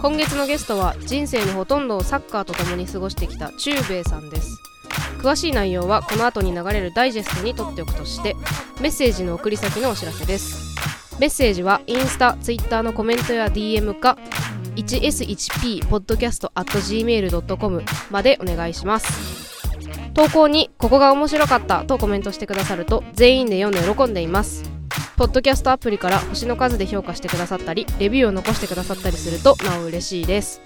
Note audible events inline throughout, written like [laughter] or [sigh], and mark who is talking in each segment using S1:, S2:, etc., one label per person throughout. S1: 今月のゲストは人生のほとんどをサッカーと共に過ごしてきた中兵衛さんです詳しい内容はこの後に流れるダイジェストにとっておくとしてメッセージの送り先のお知らせですメッセージはインスタ、ツイッターのコメントや DM か 1s1ppodcast.gmail.com までお願いします投稿にここが面白かったとコメントしてくださると全員で読んで喜んでいますポッドキャストアプリから星の数で評価してくださったりレビューを残してくださったりするとなお嬉しいです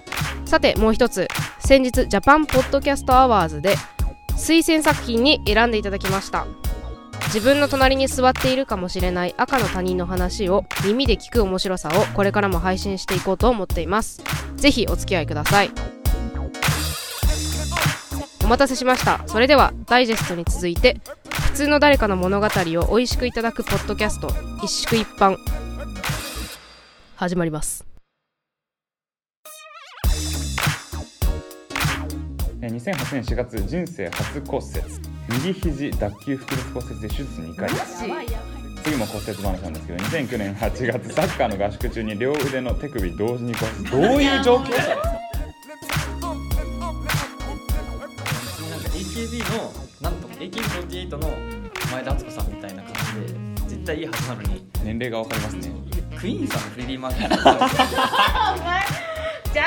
S1: さてもう一つ先日ジャパンポッドキャストアワーズで推薦作品に選んでいただきました自分の隣に座っているかもしれない赤の他人の話を耳で聞く面白さをこれからも配信していこうと思っていますぜひお付き合いくださいお待たせしましたそれではダイジェストに続いて普通の誰かの物語を美味しくいただくポッドキャスト一宿一般始まります
S2: えー2008年4月人生初骨折右肘脱臼複雑骨折で手術2回次も骨折話なんですけど2009年8月サッカーの合宿中に両腕の手首同時に骨折どういう状況それ
S3: なんか AKB のなんとか AKB48 の前田敦子さんみたいな感じで絶対いいはずなのに
S2: 年齢がわかりますね
S3: クイーンさんのフレディ・マーキュリー
S4: ジャ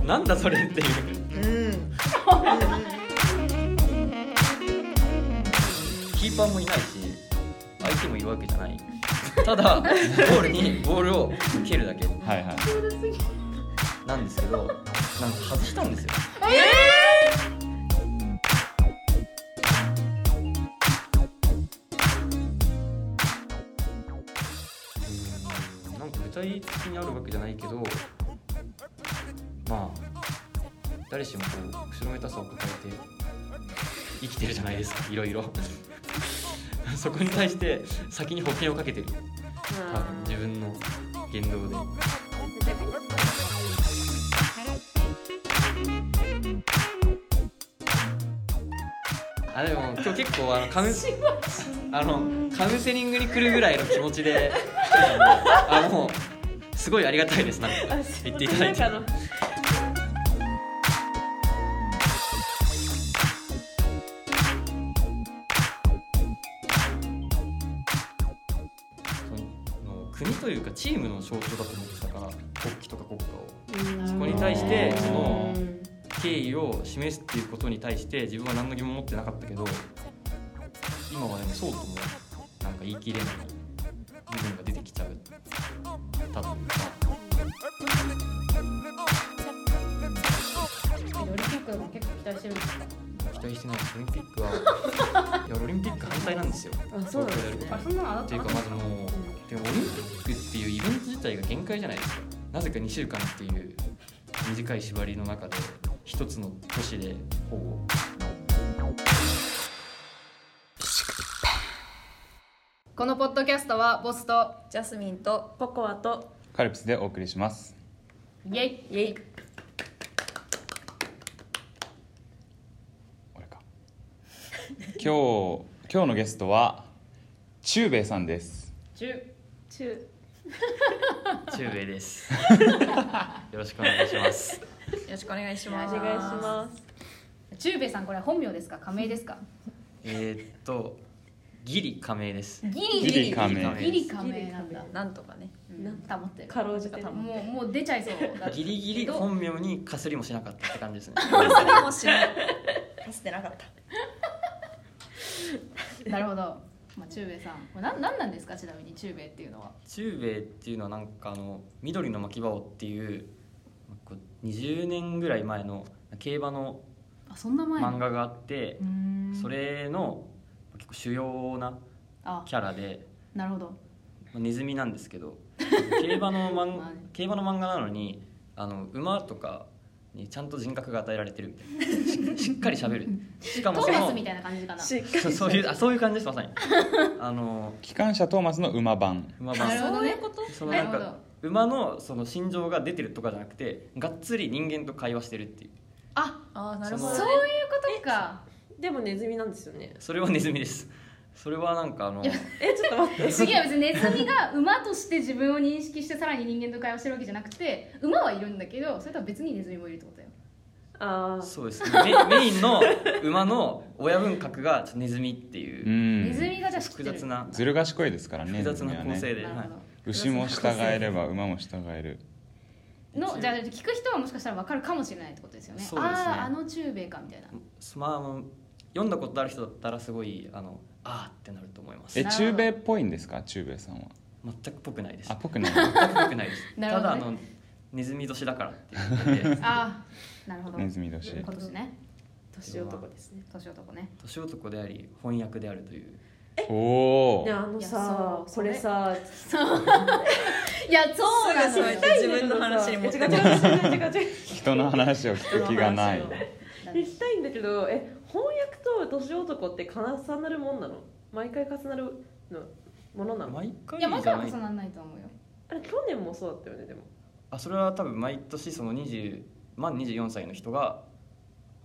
S3: のなんだそれっていう
S4: スミンうん
S3: キーパーもいないし相手もいるわけじゃないただゴールにボールを蹴るだけ
S2: はいはい
S3: なんですけどなんか外したんですようんなんか具体的にあるわけじゃないけどまあ誰しもこう後ろめたさを抱えて生きてるじゃないですかいろいろそこに対して先に保険をかけてる多分自分の言動で。あでも今日結構あのカウンセあのカウンセリングに来るぐらいの気持ちであもうすごいありがたいですなんか言っていただいて
S4: なんか
S3: その国というかチームの象徴だと思ってたから国旗とか国歌を
S4: の
S3: そこに対してその敬意を示すっていうことに対して自分は何の疑問も持ってなかったけど今はでもそうともなんか言い切れない部分が出てきちゃうたというか
S4: オリンピックも結構期待してるんですか
S3: 期待してないですオリンピック
S4: [laughs]
S3: はいやオリンピック反対なんですよ
S4: あそうなんですねあそんなのあな
S3: ったていうかまずもうでもオリンピックっていうイベント自体が限界じゃないですかなぜか2週間っていう短い縛りの中で一つの都市でほぼ
S1: このポッドキャストはボスと
S4: ジャスミンとポコアと
S2: カルピスでお送りします
S1: イエイ
S4: イェイ
S2: 俺か今日今日のゲストは中兵衛さんです
S1: 中
S4: 中
S3: 中米です [laughs] よろしくお願いしま
S5: よ
S3: す
S5: ろしくお願いし
S4: お
S5: ま
S4: 願い
S5: す。
S4: します
S1: 中兵衛さんこれ本名ですか仮名ですか
S3: えーっとギリ加盟です
S1: ギ
S2: ギ
S1: リ
S2: リ仮
S3: ギリ
S2: 名
S1: ギリ仮名なんだ
S5: なんとかね。
S1: うんたまってる
S4: かろうじて
S5: 多分
S1: もうもう出ちゃいそうだ
S3: ギリギリ
S1: けど
S3: 本名にかすりもしなかったって感じですね
S5: それもしない。かすってなかった。
S1: なるほどまあ中兵衛さんこれなんなんなんですかちなみに中兵衛っていうのは
S3: 中米っていうのはなんかあの緑の巻き場をっていうこう20年ぐらい前の競馬の
S1: あそんな前
S3: 漫画があって
S1: うーん
S3: それの結構主要な
S1: あ
S3: キャラで、
S1: なるほど
S3: まあネズミなんですけ
S1: [laughs]
S3: ど競馬の漫
S1: まあね
S3: 競馬の漫画なのにあの馬とかにちゃんと人格が与えられてるみたいなししっかり喋るしか
S1: ト
S3: もそ
S1: ーマス
S3: の
S1: みたいな感じかな
S4: し
S3: そうそういうあそういう感じですまさにあの
S2: 機関車トーマスの馬版
S3: 馬
S1: なる
S3: 番
S1: ほどね
S3: そのな
S1: な
S3: ん
S1: るほ
S3: か馬のその心情が出てるとかじゃなくてがっつり人間と会話してるっていう
S1: あ
S5: ああ、
S3: な
S5: なる
S3: るほ
S5: ほ
S3: ど
S5: ど。
S1: そういうことか
S4: でもネズミなんですよね
S3: それはネズミですそれはなんかあの
S1: えちょっと待
S3: [laughs]
S1: って次は別にネズミが馬として自分を認識してさらに人間と会話してるわけじゃなくて馬はいるんだけどそれとは別にネズミもいるってことよ
S4: ああ
S3: そうですねメメインの馬の親分格がちょっとネズミっていううん
S1: ネズミがじゃあ知って
S3: 複
S1: る
S3: 雑な
S2: ずる賢いですからね
S3: 複雑な
S2: ネズミ
S3: 構
S2: は
S3: 成
S2: ね
S3: で、
S1: なる
S3: は
S1: ほ
S3: い
S1: ど、
S2: 牛も従えれば馬も従える
S1: のじゃあ聞く人はもしかしたら分かるかもしれないってことですよね
S3: そうですね
S1: あああの中米かみたいな
S3: まああの読んだことある人だったらすごいあのあーってなると思います
S2: え
S1: なるほど
S2: 中米っぽいんですか中米さんは
S3: 全くっぽくないです
S2: あ
S3: 全
S2: っ
S3: く
S2: ぽくな
S1: [laughs]
S2: い
S3: っぽくないです
S1: なるほ
S3: ただ
S1: ど
S3: あ
S1: ね
S3: のネズミ年だからっていうことで
S1: ああなるほど
S2: ネズミ年
S1: 今年ね
S4: 年男ですね
S1: 年男ね
S3: 年男であり翻訳であるという
S2: おお
S4: いやあの
S1: いや
S4: さ
S1: そう
S4: これさ
S1: いやそうな
S5: す
S1: の
S5: ごい
S1: よ
S5: 自分の話に持
S4: 持
S5: っ
S4: ってて
S5: く
S4: 違う
S5: る
S4: 違う違う違う違う
S2: 人の話を聞く気がない
S5: 人の話
S4: 聞きたいんだけどえ翻訳と年男って重なるもんなの毎回重なるのものなの
S3: 毎回
S1: い
S3: じ
S1: や
S3: ゃ
S1: 毎回は
S3: な
S1: 重
S3: い
S1: ならないと思うよ
S4: あれ去年もそうだったよねでも
S3: あそれは多分毎年その20満24歳の人が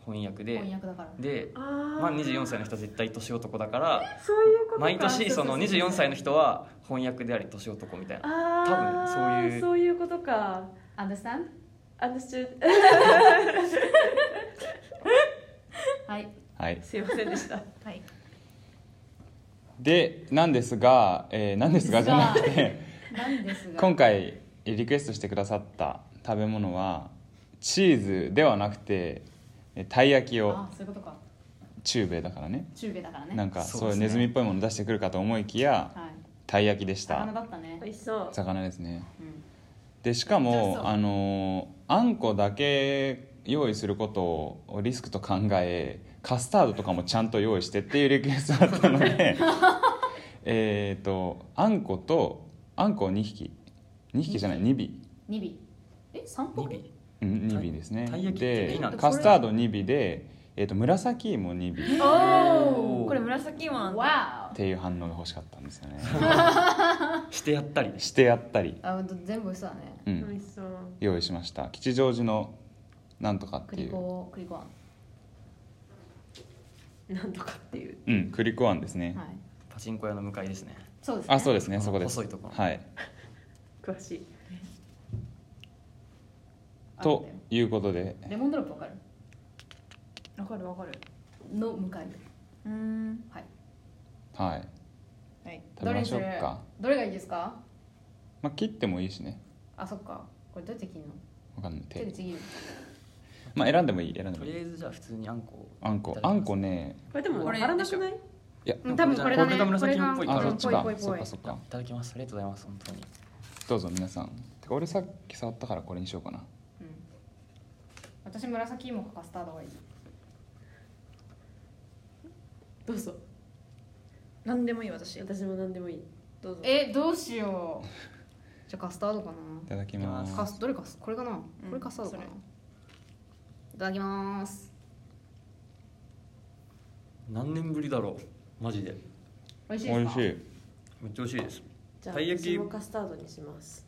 S3: 翻訳で
S1: 翻訳だから
S3: で
S4: あ
S3: 満24歳の人は絶対年男だから
S4: そういうことか
S3: 毎年その24歳
S4: の
S3: の人は翻訳であり年男みたいな
S4: ああ
S3: 多分そういう
S4: そういうことか
S1: understand?
S4: あのしゅ
S1: はい
S2: はい
S4: [laughs] すいませんでした
S5: はい
S2: でなんですが、えー、なんですがじゃなくて
S1: なんですが
S2: [laughs] 今回リクエストしてくださった食べ物はチーズではなくてえーたい焼きを
S1: あそういうことか
S2: 中米だからね
S1: 中米だからね
S2: なんか
S3: そ
S2: そ
S3: う
S2: うい
S3: で
S2: うネ
S3: すね
S2: ズミっぽいもの出してくるかと思いきや
S1: はい
S2: たい焼きでした
S1: 魚だったね
S4: 美味しそう
S2: 魚ですね
S1: うん
S2: でしか
S5: めっちゃ美味し
S2: も
S5: そう
S2: あのーあんこだけ用意することをリスクと考えカスタードとかもちゃんと用意してっていうリクエストだったの
S3: [laughs]
S2: でえっとあんことあんこを2匹2匹じゃない2尾
S1: 2尾え三
S3: 2
S1: 本
S3: 尾
S2: うん2尾ですね
S3: たい焼きって
S2: で
S3: 美なんです
S2: カスタード2尾で、えー、と紫芋2尾っ
S3: おー
S5: これ紫芋なんだ
S1: わ
S2: ていう反応が欲しかったんですよね
S3: してやったりです
S2: してやったり、
S1: おあほんと全部美味しそうだね
S2: う
S4: 美
S2: ん、
S4: 味しそう
S2: 用意しました吉祥寺のなんとかってい
S1: 栗
S2: う
S1: 子栗子あん
S4: なんとかっていう
S2: うん栗子あんですね、
S1: はい
S3: パチンコ屋の向かいですね
S1: そうですね
S2: あそうですねそこです
S3: 細いところ
S2: はい
S4: 詳しい
S1: あ
S2: ということで
S1: レモンドロップわかる
S5: わかるわかる
S1: の向かいう
S5: ーん
S1: はい
S2: はい
S5: はい
S2: 食べましょう
S1: どれにする
S2: か
S1: どれがいいですか
S2: まあ切ってもいいしね
S1: あそっかこれどうやって切るの
S2: わかんない
S1: 手で
S2: 手
S1: ちぎる
S2: まあ選んでもいい選んでも
S3: と
S2: いい
S3: りあえずじゃあ普通にあんこを
S2: あんこ
S3: いただき
S2: あ
S3: ます
S2: んこね
S4: これでも分からなくない
S1: うん多分これだね
S3: が紫芋っぽいか
S2: あ
S1: これ
S2: そ
S1: が
S2: っちか
S3: ら
S1: ぽいぽいぽい
S2: そっかそっか
S3: いただきますありがとうございます本当に
S2: どうぞ皆さんてか俺さっき触ったからこれにしようかな
S1: うん私紫芋かカスタードがいい
S4: どうぞ
S5: 何でもいい私
S4: 私も何でもいい
S5: どうぞ
S1: えどうしようじゃあカスタードか
S2: いただきま
S1: な
S2: す
S1: カスどれかすこれかな、
S5: うん
S1: これカスタードかな
S5: それ
S1: いただきます
S3: 何年ぶりだろうマジで
S1: 美味しい
S2: 美
S1: です
S2: 味
S1: か
S2: しい
S3: めっちゃ美味しいです
S4: じゃあ
S3: たい焼き
S4: 私もカスタードにします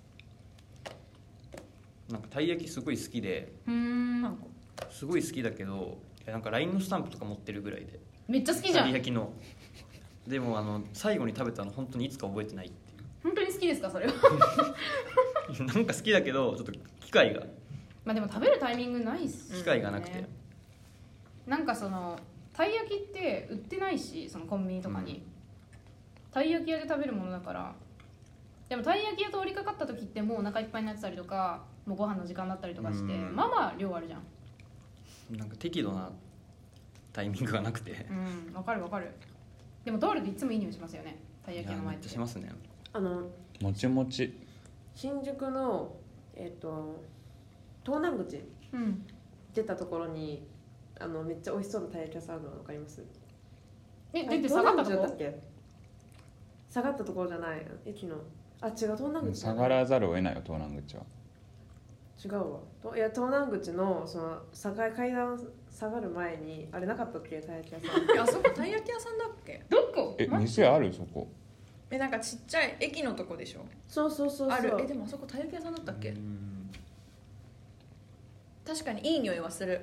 S3: なんかたい焼きすごい好きで
S1: うーん
S5: なんか
S3: すごい好きだけどいやなんか LINE のスタンプとか持ってるぐらいで
S1: めっちゃ好きじゃ
S3: たい
S1: ん
S3: 焼きのでもあの最後に食べたの本当にいつか覚えてないってい
S1: 本当に好きですかそれは [laughs]
S3: う [laughs] なんか好きだけどちょっと機会が
S1: まあでも食べるタイミングないっすよね
S3: 機会がなくて、
S1: なんかそのたい焼きって売ってないしそのコンビニとかに、
S3: うん
S1: たい焼き屋で食べるものだからでもたい焼き屋通りかかった時ってもうお腹いっぱいになってたりとかもうご飯の時間だったりとかして、
S3: うん
S1: まあまあ量あるじゃん
S3: なんか適度なタイミングがなくて
S1: うんわかるわかるでも道路でいつもいい匂いしますよねたい焼き屋の
S3: め
S1: 前
S3: っ
S1: っ
S3: ち
S1: て
S3: ゃしますね
S4: あの
S2: もちもち
S4: 新宿のえっ、と東南口
S1: うん
S4: 出たところにあのめっちゃ美味しそうなたい焼き屋さんあるの分かります
S1: え出
S4: あ
S1: て
S4: 東
S1: 下がった
S4: 南口
S1: と
S4: だ
S1: こ
S4: っけ下がったところじゃない駅のあ違う東南口じゃ
S2: 下
S4: な
S2: が
S4: い
S2: らざるを得ないよ東南口は
S4: 違うわといや東南口のその下が階段下がる前にあれなかったっけたい焼き屋さん
S5: えあそこたい焼き屋さんだっけ
S1: どこ
S2: え
S1: ま
S2: 店あるそこ
S5: えなんかちっちゃい駅のとこでしょ
S4: そうそうそうそう
S5: あるえでもあそこたい焼き屋さんだったっけ
S3: うん
S5: 確かにいい匂いはする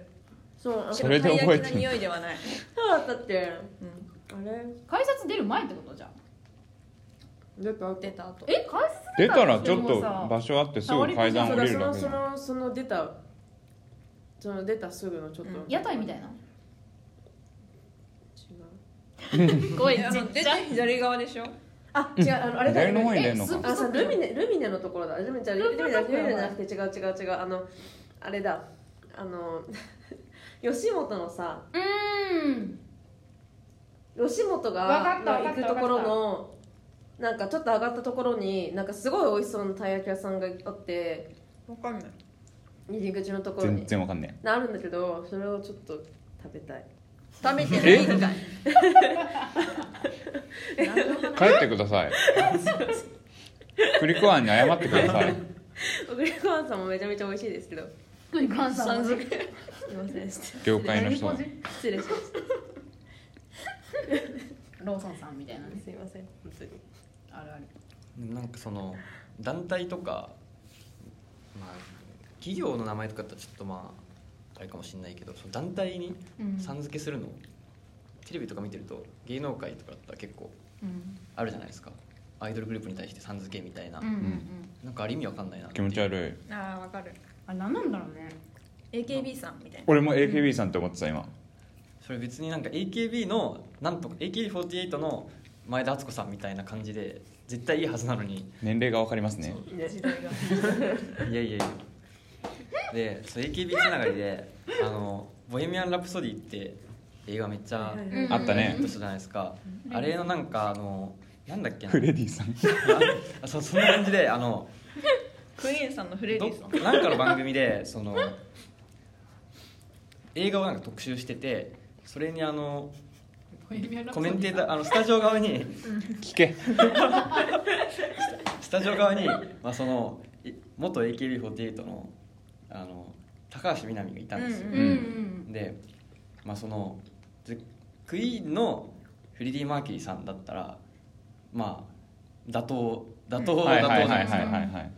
S4: そうあ
S2: それで覚えてる
S5: たい焼きの匂いではない
S4: そうだったっけ
S5: うん
S4: あれ
S6: 改札出る前ってことじゃん
S4: 出た後
S5: 出た後
S6: え改札
S2: 出
S6: 出
S2: た
S6: た
S2: ら
S6: ら
S2: ちょっと場所あってすぐ階段
S4: そ
S2: 降
S4: うだ
S2: り
S4: そ
S2: るだ
S4: の
S2: け
S4: そ
S2: だ
S4: のその出たその出たすぐのちょっと、
S5: うん
S6: 屋台みたいな
S4: 違う
S6: 声
S5: いやあの出て左側でしょ
S4: あ違うあのあれだ
S2: 左の
S4: よ
S2: 方に
S4: ね
S2: 出るの
S6: え
S2: か
S4: あそうルミネルミネのところだルミネじゃルミネじゃルミネじゃなくて違う違う違うあのあれだあの [laughs] 吉本のさ
S6: うーん
S4: 吉本
S6: わか
S4: が
S6: ったわか
S4: 行
S6: った
S4: くところのなんかちょっと上がったところになんかすごい美味しそうなたい焼き屋さんがあって
S5: わかんない
S4: 入り口のところに
S2: 全然わかんね
S4: なあるんだけどそれをちょっと食べたい
S5: 食べてないんかい
S2: え帰ってください栗リコアンに謝ってください
S4: グリコワンさんもめちゃめちゃ美味しいですけどす
S6: クリコンさん
S5: さん
S4: いませんでした
S2: 業界の人は
S6: 何ポジ
S4: 失礼しまし
S6: ローソンさんみたいな
S4: たすいません本当に
S6: あるある
S3: でもなんかその団体とか、まあ、企業の名前とかだったらちょっとまああれかもしれないけどその団体に
S6: うん
S3: さん付けするの、テレビとか見てると芸能界とかだったら結構
S6: うん
S3: あるじゃないですかアイドルグループに対してさん付けみたいな、
S6: うんうんうん
S3: なんかある意味わかんないな
S2: 気持ち
S3: 悪い
S2: 悪い
S5: ああわかる
S6: あれ何なんだろうね
S5: AKB さんみたいな
S2: 俺も AKB さんって思ってた今
S3: それ別になんか AKB のなんとか AKB48 の前田敦子さんみたいな感じで絶対いいはずなのに
S2: 年齢がわかりますね
S5: 時代が
S3: いやいやいやでそう AKB つながりで「あのボヘミアン・ラプソディ」って映画めっちゃ
S4: はい
S6: うん
S2: あったね
S3: ヒットしたじゃないですかあれのなんかあのなんだっけな
S2: フレディさん
S3: あそうそんな感じであの
S5: クイーンさんのフレデ
S3: ど
S5: ィさん
S3: なんかの番組でその映画をなんか特集しててそれにあのコメンテーターあのスタジオ側に
S2: 聞け
S3: スタジオ側に、まあ、そのい元 AKB48 のあの高橋みなみがいたんですよ、
S5: うん
S6: うんうん
S3: で、まあ、そのずクイーンのフレディ・マーキュリーさんだったらまあ妥当妥当妥当
S2: はい
S3: じゃ
S2: はい
S3: な
S2: はいい
S3: です
S2: はい
S3: か
S2: はいはい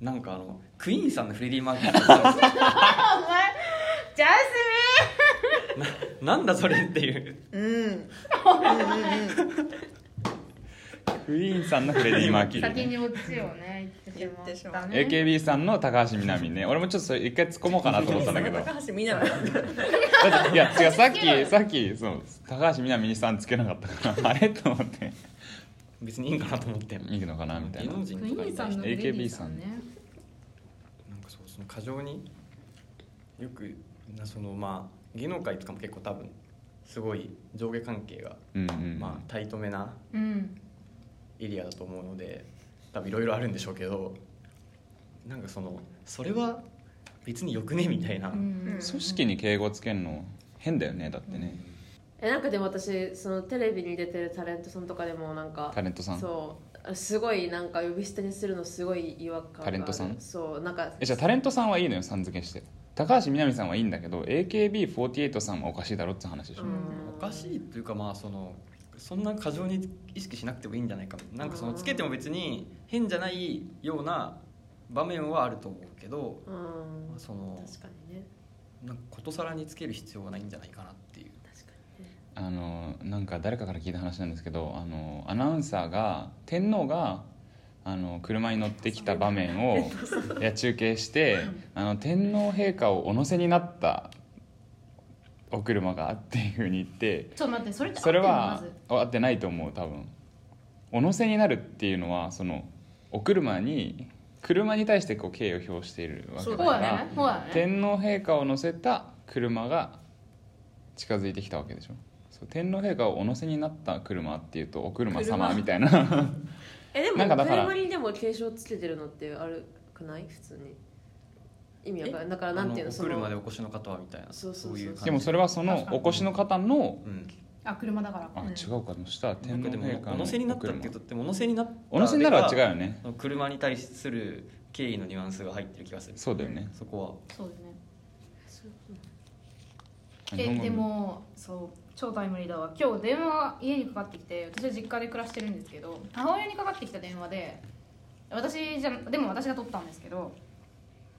S3: なんかあのクイーンさんのフレディ・マーキュリーさんですよ
S6: あお前ジャ
S3: な [laughs] なんだそれっていう
S5: うんうんうん
S2: クイーンさんのフレディ・マーキ
S6: スミ
S2: ュリ
S6: 先
S2: ーね
S6: に落ちをね言ってしまったね
S2: AKB さんの高橋みなみね俺もちょっとそれ一回突っ込もうかなと思ったんだけ [laughs] どだ
S5: 高橋みなみ
S2: っていや違うさっきさっきそう高橋みなみにさんつけなかったからあれと思って
S3: 別にいいんかなと思って
S2: いいのかなみた
S3: 芸
S2: いな
S3: 能人
S6: クイ
S3: とか
S6: ー
S3: に
S6: ンさ
S3: 対し
S6: ん
S3: て
S6: の
S2: AKB さん
S6: ね
S3: なんかそうその過剰によくなそのまあ芸能界とかも結構多分すごい上下関係が、
S2: うんうん
S3: まあタイトめな
S6: うん
S3: エリアだと思うので多分いろいろあるんでしょうけどなんかそのそれは別によくねみたいな、
S6: うん
S2: 組織に敬語つけるの変だよねだってね
S4: えなんかでも私そのテレビに出てるタレントさんとかでもなんか
S2: タレントさん
S4: そうすごいなんか呼び捨てにするのすごい違和感がある
S2: タレントさん
S4: そうなんか
S2: えじゃあタレントさんはいいのよさん付けして高橋みなみさんはいいんだけど AKB48 さんはおかしいだろって話でしょ、
S4: うん
S3: おかしいというかまあそのそんな過剰に意識しなくてもいいんじゃないかなんかそのつけても別に変じゃないような場面はあると思うけど、
S4: うん
S3: まあ、その
S4: 確かにね
S3: なんかことさらにつける必要はないんじゃないかなっていう。
S4: 確かにね
S2: あのなんか誰かから聞いた話なんですけどあのアナウンサーが天皇があの車に乗ってきた場面をいや中継してあの天皇陛下をお乗せになったお車がっていうふうに言って
S6: ちょっと待ってそれって合っ
S2: そ
S6: て
S2: れ
S6: るのま
S2: は
S6: ず
S2: 合ってないと思う多分お乗せになるっていうのはそのお車に車に対してこう敬意を表しているわけだ
S5: そう
S2: か
S6: ほう
S2: ら
S6: だねほうだね
S2: 天皇陛下を乗せた車が近づいてきたわけでしょそう天皇陛下をお乗せになった車っていうとお車様
S5: 車
S2: みたい
S6: [laughs]
S2: な
S4: えでも
S2: なんかだから
S4: 車にでも継承つけてるのってあるくない普通に意味わかんないだからなんていうの
S3: あ
S4: そ
S3: お
S4: の
S3: 車でお越しの方はみたいな
S4: そうそうそう
S3: いう感じ
S2: でもそれはその
S6: 確かに
S2: お越しの方の
S3: うん、
S6: あ車だから
S2: あ
S5: うん
S2: 違うかもしたら
S3: な
S2: 天
S3: ん
S2: 皇
S3: かでも
S2: 陛下の
S3: お乗せになったって言う
S2: 車
S3: とってもお乗せになった
S2: お乗せになるは違う
S3: う
S2: よね
S3: 車に対する敬意のニュアンスが入ってる気がする
S2: そうだよね
S3: そこ
S6: そうだね
S4: そう
S2: 日本
S6: え
S2: 語
S6: でもそう超タイムリーだわ今日電話家にかかってきて私は実家で暮らしてるんですけど母親にかかってきた電話で私じゃでも私が取ったんですけど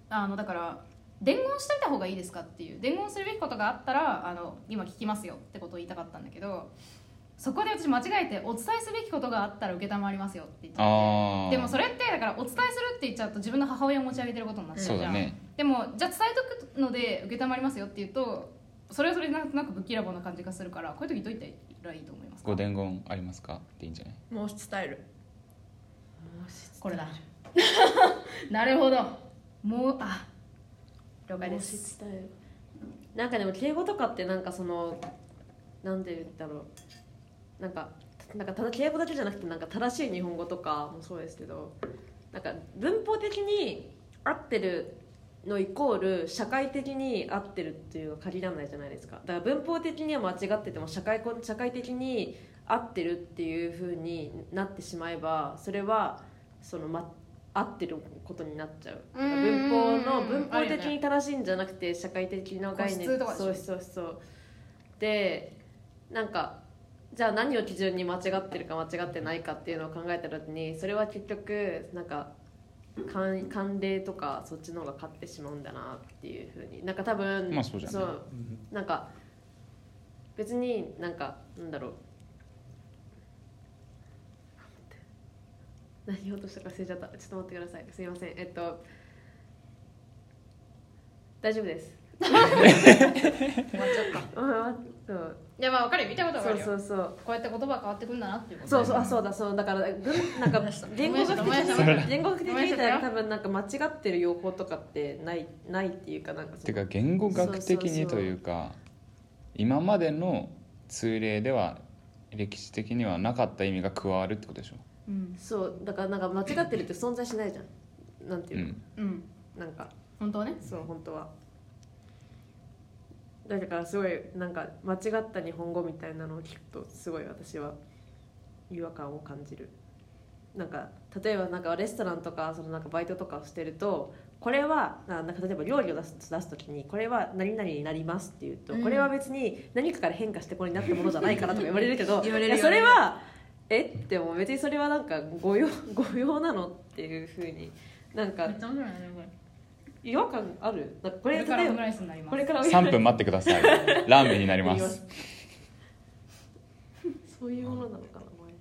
S6: あのだから伝言しといた方がいいですかっていう伝言するべきことがあったらあの今聞きますよってことを言いたかったんだけどそこで私間違えてお伝えすべきことがあったら承りますよって言っちゃっ
S2: あ
S6: て
S2: あ
S6: でもそれってだからお伝えするって言っちゃうと自分の母親を持ち上げてることになっちゃ
S2: そうう
S6: じゃ
S2: だ
S6: ん、
S2: ね
S6: でもじゃあ伝えとくので承りますよって言うとそれはそれでなんとなくぶっきらぼうな感じがするからこういう時どういったらいいと思いますか
S2: ご伝言ありますかっていいんじゃない
S5: もう伝える
S6: これだなるほどもうあ了解です
S4: 申し伝えるなんかでも敬語とかってなんかそのなんて言うんだろうなんかなんかただ敬語だけじゃなくてなんか正しい日本語とかもそうですけどなんか文法的に合ってるのイコール社会的に合ってるっていうのは限らないじゃないですかだから文法的には間違ってても社会こ社会的に合ってるっていうふうになってしまえばそれはその、ま、合ってることになっちゃうだから文法の
S6: うん
S4: 文法的に正しいんじゃなくて社会的な概念
S6: 個室とかでしょ
S4: そうそうそうでなんかじゃあ何を基準に間違ってるか間違ってないかっていうのを考えた時にそれは結局なんか慣慣例とかそっちの方が勝ってしまうんだなっていうふうになんか多分、
S2: まあそうじゃんね
S4: そうなんか別になんかなんだろう何言おうとしたか忘れちゃったちょっと待ってくださいすいませんえっと大丈夫です
S5: 終わっちゃった
S4: うんそう
S6: いやまあ分かるよ見たことは分
S4: そ
S6: か
S4: う
S6: るよ
S4: そうそう
S6: こうやって言葉変わってくんだなっていうこと
S4: そうそうあそうだそうだから文なんか言語学的
S6: ごめんなさいごめんな
S4: に言語学的に見たら多分なんか間違ってる用法とかってないないっていうかなんかそ
S2: て
S4: の
S2: か言語学的
S4: そうそう
S2: に
S4: そう
S2: というか今までの通例では歴史的にはなかった意味が加わるってことでしょ、
S6: うん
S4: そうだからなんか間違ってるって存在しないじゃんなんて
S2: う
S4: いうの、
S2: ん、
S6: うん
S4: なんか
S6: 本当はね
S4: そう本当はだからすごいなんか間違った日本語みたいなのを聞くとすごい私は違和感を感じるなんか例えばなんかレストランとかそのなんかバイトとかをしてるとこれはななんか例えば料理を出す出す時にこれは何々になりますって言うと、
S5: うん
S4: これは別に何かから変化してこれになったものじゃないからとか言われるけ
S5: [laughs]
S4: ど
S5: 言われる
S4: いや
S5: 言
S4: そ
S5: われ
S4: れ
S5: る
S4: はえってもう別にそれはなんか誤用 [laughs] 誤用なのっていうふうになんか
S6: めっちゃ面白いねこれ
S4: 違和感あるなんかこ
S6: こ
S4: れ
S6: れから
S4: 例え
S6: オ
S4: ば
S6: ムライスになります
S4: これから
S2: 3分待ってくだ
S3: [laughs]
S2: さいラーメンになりま
S4: やり
S2: す
S4: そういうものなのかなお前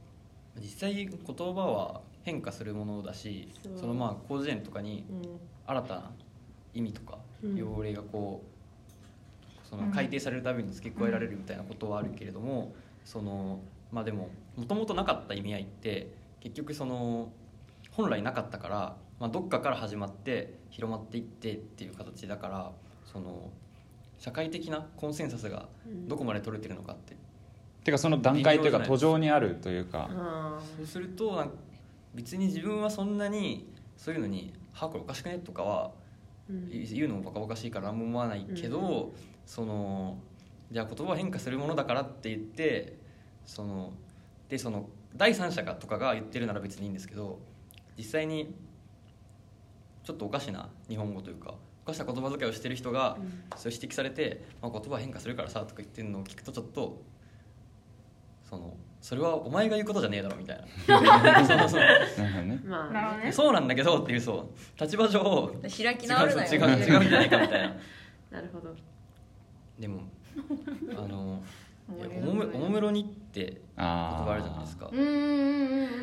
S3: 実際言葉は変化するものだし
S4: そう
S3: そのまあ広辞苑とかに新たな意味とか
S4: うん
S3: 用例がこうその改定されるたびに付け加えられるみたいなことはあるけれどもそのまあでももともとなかった意味合いって結局その本来なかったから、まあ、どっかから始まって広まっていってっていう形だからその社会的なコンセンサスが
S4: うん
S3: どこまで取れてるのかって
S2: てかその段階というか
S3: 微妙じゃない
S2: 途上にあるというか
S4: あー
S3: そうするとなんか別に自分はそんなにそういうのに「はあこれおかしくね?」とかは
S4: うん
S3: 言うのもバカバカしいから何も思わないけど、
S4: う
S3: そのじゃあ言葉は変化するものだからって言ってそのでその第三者がとかが言ってるなら別にいいんですけど実際にちょっとおかしな日本語というかおかした言葉遣いをしてる人がそれ指摘されて「まあ、言葉は変化するからさ」とか言ってるのを聞くとちょっとそのそれはお前が言うことじゃねえだろみたい
S5: [laughs]
S3: なそのその
S2: なるほどね
S4: まあ
S6: なるほどね
S3: そうなんだけどっていうそう立場上
S5: 開き
S3: 違
S5: 直
S3: う
S5: るなよ
S3: 違う違うんじゃないかみたいな。
S4: なるほど
S3: で
S6: [laughs]
S3: もあのいや
S6: 盛り
S3: おもむ
S6: 上がるね
S3: おもむろにって言
S2: あ
S3: 葉
S2: あ
S3: あるじゃないですか
S6: うんうんうんうん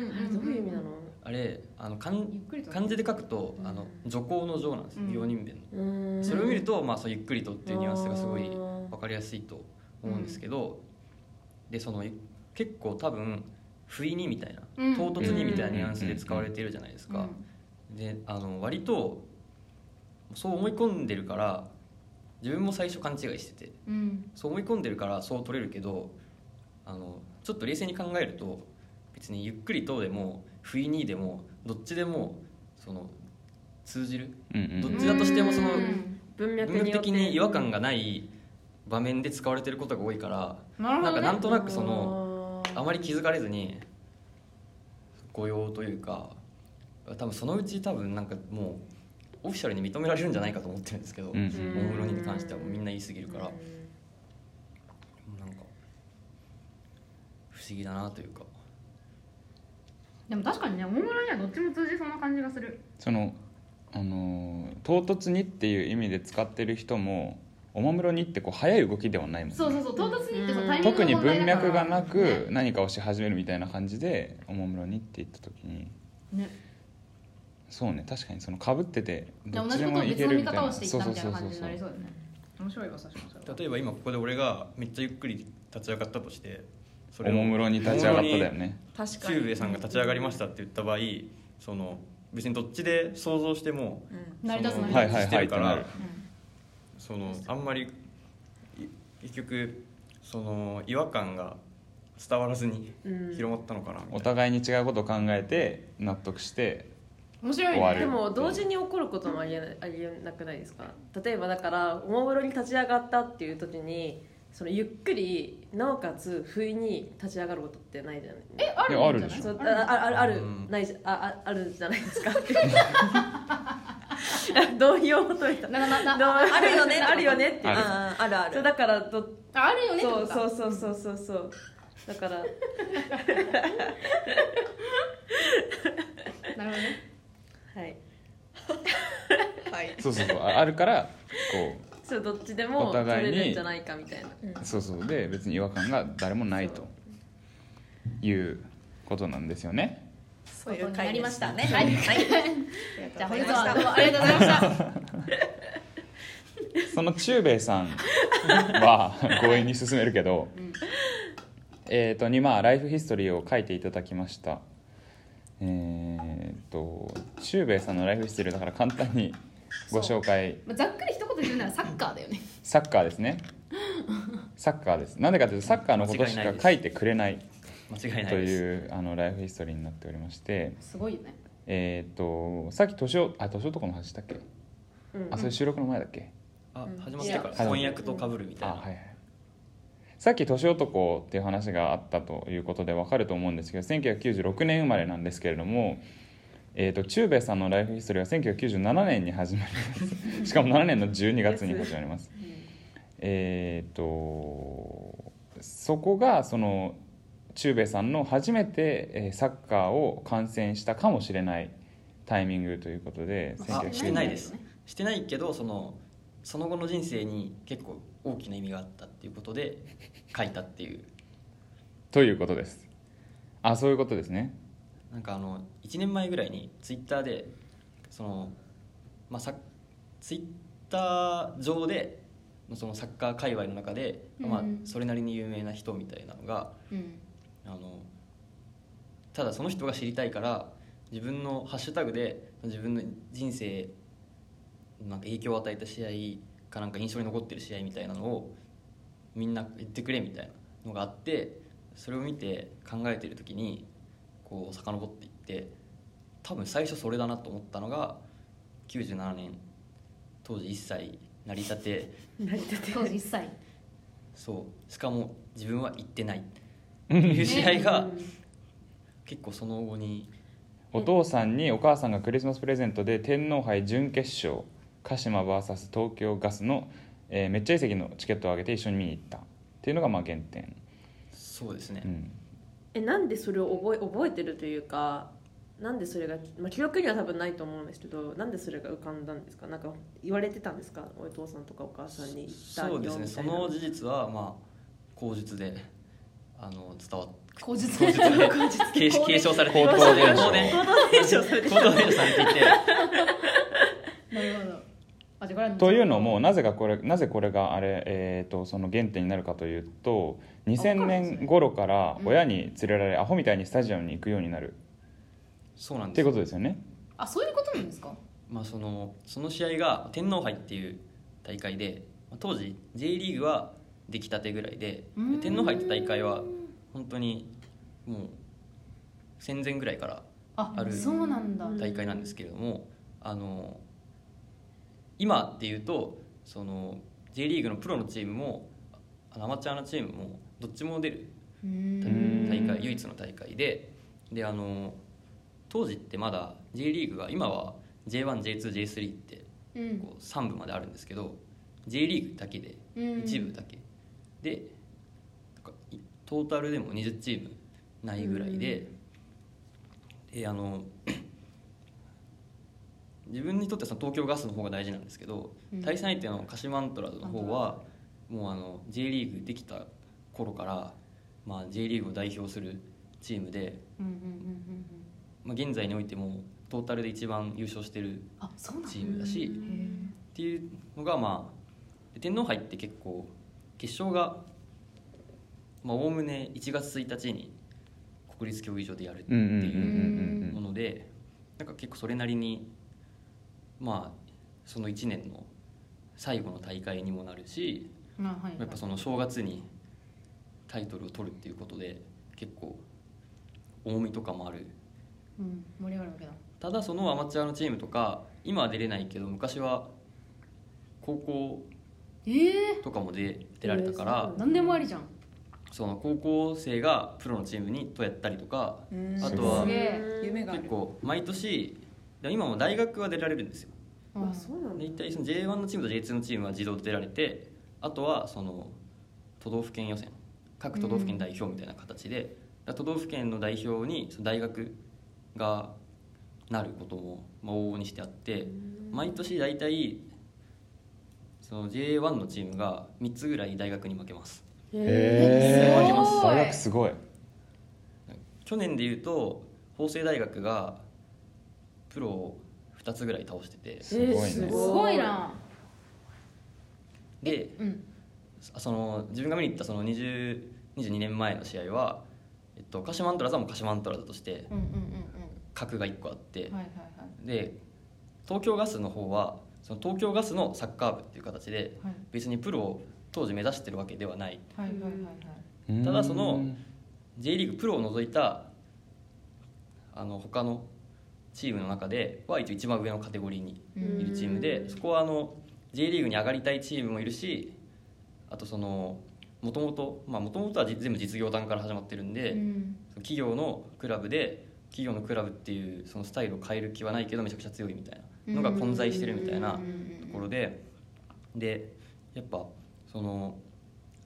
S4: あれどういう意味なの
S3: あれあの漢
S6: ゆっくりと
S3: 漢字で書くとあの女皇の女なんですよ
S6: うん
S3: 病人弁の
S4: うーん
S3: それを見るとまあそうゆっくりとっていうニュアンスがすごい
S4: あー
S3: 分かりやすいと思うんですけどでそのゆ結構多分不意にみたいな
S6: うん
S3: 唐突にみたいなニュアンスで使われてるじゃないです
S6: う
S3: か
S6: ん
S3: であの割とそう思い込んでるから自分も最初勘違いしてて
S6: うん
S3: そう思い込んでるからそう取れるけどあのちょっと冷静に考えると別にゆっくりとでも不意にでもどっちでもその通じる
S2: うんうん
S3: どっちだとしてもその
S6: うん
S4: 文
S3: 文
S4: 脈
S3: 脈
S4: によって
S3: 的に違和感がない場面で使われてることが多いから
S6: なるほ
S3: なん
S6: どね
S3: かなんとなくその
S4: あ
S3: あまり気づかれずに誤用というか多分そのうち多分なんかもうオフィシャルに認められるんじゃないかと思ってるんですけど、
S2: うんう
S3: お
S2: ん
S3: もむろにに関してはもうみんな言い過ぎるから。なんか不思議だなというか
S6: でも確かにねおもむろにはどっちも通じそうな感じがする
S2: そのあのー唐突にっていう意味で使ってる人もおもむろにってこう早い動きではないもんね
S6: そうそうそう唐突にってさタイミング
S2: 特に
S6: の問
S2: 文
S6: 題だ
S2: 脈
S6: か
S2: が
S6: ら
S2: なく何かをし始めるみたいな感じでおもむろにって言った時に
S6: ね
S2: そうね確かにそのかぶってて
S6: じ
S2: ど
S6: ゃあ
S2: っ
S6: 同
S2: ち
S6: じ
S2: で
S6: こ
S2: も
S6: とを
S2: い
S6: 別
S2: け
S6: の
S2: るみ
S6: 見
S2: たい
S6: 方
S2: な
S6: をしていっ
S2: そう
S6: た
S2: そ
S6: み
S2: う
S6: た
S2: そ
S6: いな
S2: うそ
S6: 感
S2: う
S6: じになりそうだよね面白いわ確かにそれは
S3: 例えば今ここで俺がめっちゃゆっくり立ち上がったとしてそ
S2: お
S3: を
S2: もむろに立ち上がっただよね
S5: 確
S3: 中兵衛さんが立ち上がりましたって言った場合その別にどっちで想像しても
S5: うん
S6: 成り立つ
S3: そ
S6: 成
S3: の
S2: は
S6: り
S2: い
S6: 立
S2: はい
S3: してるか
S2: はいは
S3: ら
S2: い
S3: そのあんまりい結局その違和感が伝わらずに
S4: うん
S3: 広まったのかなみたい
S2: お
S3: な
S2: 互いに違うことを考えて納得して
S6: つ面白い
S2: 終わ
S6: ね
S2: る
S4: でも同時に起こることもありえなありえなくないですか例えばだからおもむろに立ち上がったっていう時にそのゆっくりなおかつ不意に立ち上がることってないじゃない
S6: えある
S2: いやある
S6: ん
S2: で
S6: じ
S2: し
S6: ゃ
S2: ょ
S6: ない
S4: そうあああるある
S3: うん
S4: ないじゃあああるじゃないですか [laughs] 同意を求めた
S6: ななな
S4: 同意
S5: あるよね
S4: あるよねって
S2: ある
S5: あーあるあ
S4: そう
S5: る
S4: だからど
S6: ああるよねってこ
S4: そ
S6: と
S4: う
S6: か
S4: そうそうそうそうそうだから
S6: なるほどね
S4: はい
S5: はい
S2: そうそうそうあ [laughs] あるからこ
S4: そうどっちでも
S2: お
S4: 取
S2: 互い
S4: れ
S2: に
S4: るんじゃないかみたいな
S2: うそうそうで別に違和感が誰もないということなんですよね
S5: そういう回
S6: り
S5: で
S6: ま
S5: し
S6: した
S5: たね
S6: ねはい
S4: [laughs]
S6: じ
S5: じ
S6: ゃあ本日
S5: は
S6: はどうもありがとうございました
S2: その中兵衛さんは強引に進めるけど、えっ、とにまあライフヒストリーを書いていただきましたえっ、と中兵衛さんのライフヒストリーだから簡単にご紹介
S6: まあざっくり一言で言うならサッカーだよね
S2: サッカーですねサッカーですなんでかというとサッカーのことし
S3: 間違い
S2: か
S3: ないです
S2: 書いてくれない
S3: 間違いな
S2: と
S3: いです
S2: いうあのライフヒストリーになっておりまして
S6: すごいよね
S2: えっ、とさっき年をあ年男の話したっけ、
S4: うん
S2: あそれ収録の前だっけ、
S3: あ始まってから
S2: いや
S3: 翻訳と被るみたい
S2: あ
S3: な、
S2: はいはいさっき年男っていう話があったということでわかると思うんですけど1996年生まれなんですけれども、えー、と中兵衛さんのライフヒストリーは1997年に始まり
S3: [laughs]
S2: ますしかも7年の12月に始まりますえっ、とそこがその中兵衛さんの初めてえーサッカーを観戦したかもしれないタイミングということで
S3: あ
S2: 1997
S3: してないですしてないけどそのその後の人生に結構大きな意味があったっていうことで書いたっていう
S2: ということですあそういうことですね
S3: なんかあの1年前ぐらいにツイッターでその、まあ、さツイッター上でそのサッカー界隈の中で、まあ
S6: うん、
S3: それなりに有名な人みたいなのが
S6: うん
S3: あのただその人が知りたいから自分のハッシュタグで自分の人生なんか影響を与えた試合かなんか印象に残ってる試合みたいなのをみんな言ってくれみたいなのがあってそれを見て考えてる時にこう遡っていって多分最初それだなと思ったのが97年当時1歳成り立て
S6: 当時一歳
S3: そうしかも自分は行ってないっていう試合が結構その後に
S2: お父さんにお母さんがクリスマスプレゼントで天皇杯準決勝鹿島 VS 東京ガスの、えーめっちゃ遺跡のチケットをあげて一緒に見に行ったっていうのがまあ原点、
S3: そうですね、
S2: うん、
S4: えなんでそれを覚え覚えてるというかなんでそれが、まあ、記憶には多分ないと思うんですけどなんでそれが浮かんだんですかなんか言われてたんですかお父さんとかお母さんに言った
S3: そうですねその事実はまあ口述であの伝わっ
S6: 口述
S3: 口述で継継承されてい
S2: 口
S3: て
S2: 頭伝承
S3: 口頭伝
S4: 承されて
S3: 口頭伝承されていて
S6: なるほどあじゃあこれは
S2: というのもなぜかこれなぜこれがあれ、えー、とその原点になるかというと2000年頃から親に連れられアホみたいにスタジアムに行くようになる
S3: そうなん
S2: って
S3: です
S2: いうことですよね
S6: あそういうことなんですか
S3: まあ、そのその試合が天皇杯っていう大会でまあ当時 J リーグは出来たてぐらいで
S6: うーん
S3: 天皇杯って大会は本当にもう戦前ぐらいから
S6: あ
S3: ある
S6: そうなんだ
S4: うん
S3: 大会なんですけれどもあの今っていうとその J リーグのプロのチームもあアマチュアのチームもどっちも出る
S6: うーん
S3: 大会唯一の大会でであの当時ってまだ J リーグが今は J1J2J3 って
S6: うん
S3: こう3部まであるんですけど J リーグだけで
S6: うん
S3: 一部だけでなんかいトータルでも20チームないぐらいでであの自分にとってはその東京ガスの方が大事なんですけど、
S4: うん
S3: 対戦相手の鹿島アントラーズの方はもうあの J リーグできた頃から、まあ、J リーグを代表するチームで、
S6: うんうんうんうんうん
S3: まあ、現在においてもトータルで一番優勝してる
S6: あそうなんだ
S3: チームだし
S6: へー
S3: っていうのがまあで天皇杯って結構決勝がまあおおむね1月1日に国立競技場でやるって
S2: うんうんうん
S3: いう
S2: うんうん
S3: も
S2: うん
S3: のでなんか結構それなりにまあその1年の最後の大会にもなるし
S6: あはいはい
S3: やっぱその正月にタイトルを取るっていうことで結構重みとかもある
S6: うん盛り上がるわけだ
S3: ただそのアマチュアのチームとか今は出れないけど昔は高校
S6: ええ
S3: とかも出出られたか
S4: えーそう
S3: ら
S4: なんだ
S6: 何でもありじゃん
S3: その高校生がプロのチームにとやったりとか
S5: うん
S3: あとは
S6: すげえ
S5: 夢がある
S3: 結構毎年で今も大学は出られるんですよ
S6: うん
S4: あそうなんだ
S3: 大体その J1 のチームと J2 のチームは自動で出られてあとはその都道府県予選各都道府県代表みたいな形で、だから都道府県の代表にその大学がなることもまあ往々にしてあって毎年大体その J1 のチームが3つぐらい大学に負けます
S2: へ
S6: すご
S2: ー
S6: い
S2: 大学すごい
S3: 去年でいうと法政大学がプロを2つぐらい倒してて
S2: すごいね
S4: す
S6: すごいな
S3: で
S6: うん
S3: その自分が見に行ったその20 22年前の試合は、えっと、鹿島アントラーズはもう鹿島アントラーズとして
S6: うんうんうん
S3: 格が1個あって、
S6: うんはいはいはい
S3: で東京ガスの方はその東京ガスのサッカー部っていう形で
S6: はい
S3: 別にプロを当時目指してるわけではない
S6: はいはいはいはい
S2: うん
S3: ただその J リーグプロを除いたあの他のチームの中では一応一番上のカテゴリーに
S6: う
S3: い
S6: ん
S3: るチームでそこはあの J リーグに上がりたいチームもいるしあとそのもともとまあもともとはじ全部実業団から始まってるんで、
S6: うん
S3: その企業のクラブで企業のクラブっていうそのスタイルを変える気はないけどめちゃくちゃ強いみたいなのが混在してるみたいな
S6: うんうん
S3: ところででやっぱその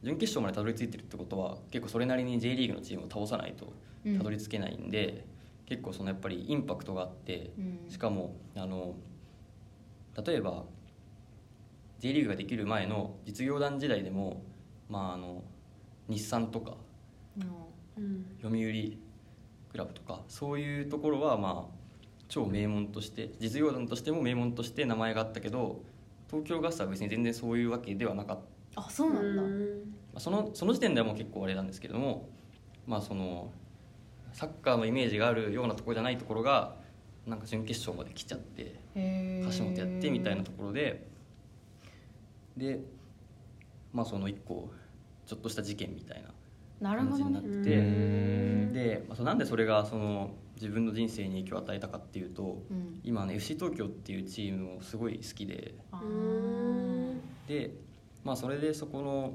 S3: 準決勝までたどり着いてるってことは結構それなりに J リーグのチームを倒さないと
S6: うんうん
S3: たどり着けないんで、結構そのやっぱりインパクトがあって
S6: うん
S3: しかもあの例えば J リーグができる前の実業団時代でも、まあ、あの日産とか
S6: う
S4: うん
S3: 読売クラブとかそういうところはまあ超名門として実業団としても名門として名前があったけど東京ガスは別に全然そういうわけではなかった
S6: んあそうなんだ
S3: まあそのその時点ではもう結構あれなんですけども、まあ、そのサッカーのイメージがあるようなところじゃないところがなんか準決勝まで来ちゃって
S6: へえ
S3: 橋本やってみたいなところででまあその一個ちょっとした事件みたいな
S6: なる
S3: 感
S6: ほ
S3: じ
S6: ど
S3: にな
S6: ね
S3: っ
S4: なるほど
S3: て
S4: ね
S3: て。
S2: うん
S3: で、まあ、そのなんでそれがその自分の人生に影響を与えたかっていうと
S6: うん
S3: 今の FC 東京っていうチームをすごい好きで
S6: あー
S4: うん
S3: で、まあ、それでそこの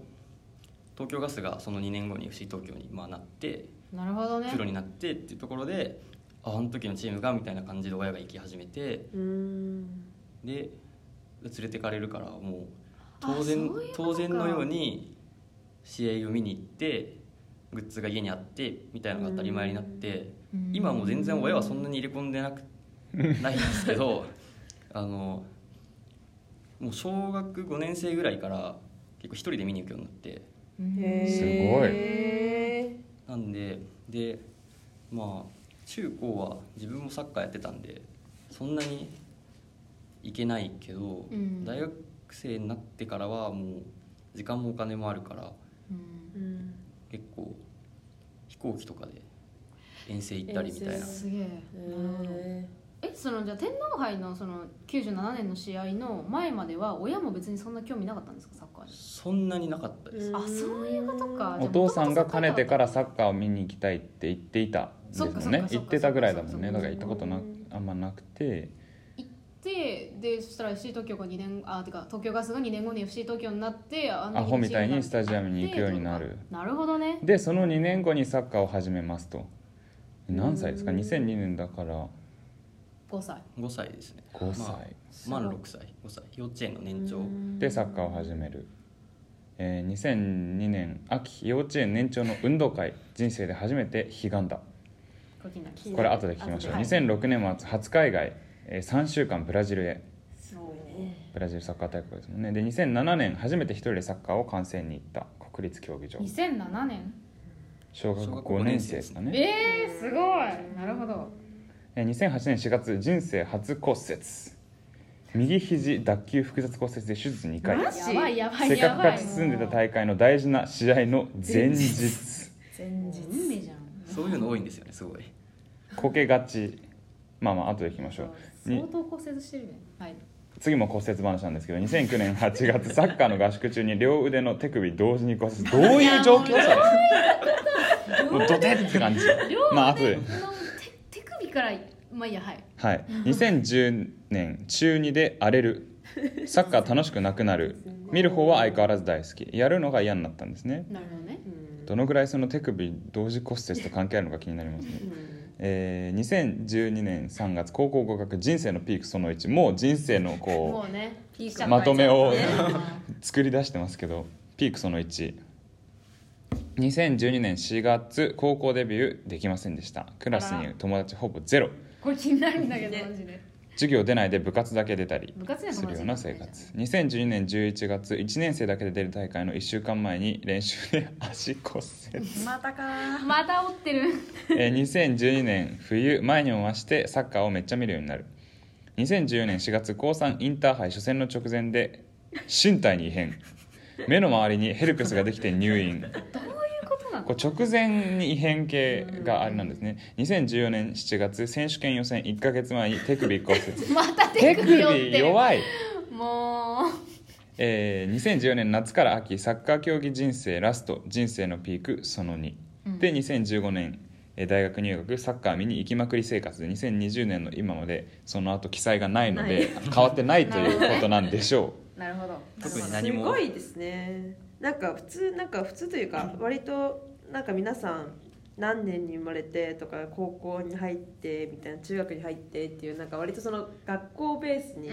S3: 東京ガスがその2年後に FC 東京にまあなって
S6: なるほどね
S3: プロになってっていうところでああの時のチームがみたいな感じで親が行き始めて
S4: うん
S3: で連れてかれるからもう
S6: あ
S3: 当然
S6: そういうことか
S3: 当然のように試合を見に行ってグッズが家にあってみたいなのが当たり前になって。
S6: うん
S3: 今はもう全然親はそんなに入れ込んでなくないんですけ
S6: [laughs]
S3: どあのもう小学5年生ぐらいから結構一人で見に行くようになって
S6: うん
S2: すごい
S3: なんででまあ中高は自分もサッカーやってたんでそんなに行けないけど、
S6: うん
S3: 大学生になってからはもう時間もお金もあるから
S6: うん
S4: うん
S3: 結構飛行機とかで遠征行ったりみたいな
S4: 遠。
S6: すげえなるほど
S4: へ
S6: えそのじゃあ天皇杯のその97年の試合の前までは親も別にそんな興味なかったんですかサッカーに
S3: そんなになかったです、
S4: ー
S6: あそういうことか
S2: お父さんがかねてかららサッカーを見に行きたいって言っていたんですもん
S6: そ
S2: ね
S6: っかそっかそっか
S2: 行ってたぐらいだもんね
S6: そ
S2: だか
S6: っから
S2: 行ったことなあんまなくて
S6: ででそしたら FC 東京が2年あてか東京ガスが2年後に FC 東京になってあ
S2: アホみたいにスタジアムに行くようになる
S6: なるほどね
S2: でその2年後にサッカーを始めますと何歳ですか2002年だから
S6: 5歳
S3: 5歳ですね
S2: 5
S3: まあ
S2: 歳
S3: 満6歳5歳幼稚園の年長
S2: でサッカーを始める、えー2002年秋幼稚園年長の運動会人生で初めて悲願だ
S6: これ気になります
S2: これ後で聞きましょう、
S6: はい
S2: 2006年末初海外えー3週間ブラジルへ
S5: すごいね
S2: ブラジルサッカー大会ですもんねで2007年初めて一人でサッカーを観戦に行った国立競技場
S6: 2007年
S2: 小学
S3: 小学
S2: 5
S3: 五
S2: 年
S3: 年
S2: 生
S3: 生
S2: で
S3: ですす
S2: か
S3: か
S2: ね
S6: えー、すごいなるほど
S2: えー2008年4月人生初骨折右肘脱臼複雑骨折で手術2回
S6: マジやばいやばい
S2: せっか
S6: や
S2: く
S6: ばい
S2: 勝ち進んでた大会の大事な試合の前日
S5: 前
S6: もう運命じゃん
S3: そういうの多いんですよねすごい
S2: こけがちまあまあ後で聞きましょうに
S6: 相当骨折してるねはい
S2: 次も骨折話なんですけど2009年8月サッカーの合宿中に両腕の手首同時に骨折どういう状況それもうドテッって感じ
S6: 両腕
S2: まあ後で
S6: の手手首からまあいいやはい
S2: はい2010年中2で荒れるサッカー楽しくなくなる見る方は相変わらず大好きやるのが嫌になったんですね
S6: なるほどね
S4: うん
S2: どのぐらいその手首同時骨折と関係あるのか気になりますねえー2012年3月高校合格人生のピークその1もう人生のこ
S6: もうね
S4: ピー
S6: 来ち
S4: ク
S6: ゃった
S2: まとめを
S6: 来ちゃったね
S2: う作り出してますけどピークその12012年4月高校デビューできませんでしたクラス
S6: あ
S2: に
S6: ら
S2: 友達ほぼゼロ
S6: これ気になるんだけどマジで
S2: 授業出ないで部活だけ出たり
S6: 部活には
S2: す
S6: 友
S2: る
S6: 達
S2: ような生活2012年11月1年生だけで出る大会の1週間前に練習で足骨
S6: [laughs]
S2: 折
S5: またか
S6: [laughs] また折ってる
S2: えー2012年冬前にも増してサッカーをめっちゃ見るようになる2014年4月高3インターハイ初戦の直前で身体に異変目の周りにヘルペスができて入院
S6: そういうことなの
S2: こう直前に異変系があれなんですね2014年7月選手権予選1ヶ月前に手首骨折
S6: また [laughs] 手首折ってる
S2: 弱い、
S6: もう
S2: えー2014年夏から秋サッカー競技人生ラスト人生のピークその2で2015年えー大学入学サッカー見に行きまくり生活で2020年の今までその後記載がないので変わってないということなんでしょ
S6: なるほど
S3: 特に何も
S4: すごいですねなんか普通なんか普通というか割となんか皆さん何年に生まれてとか高校に入ってみたいな中学に入ってっていうなんか割とその学校ベースに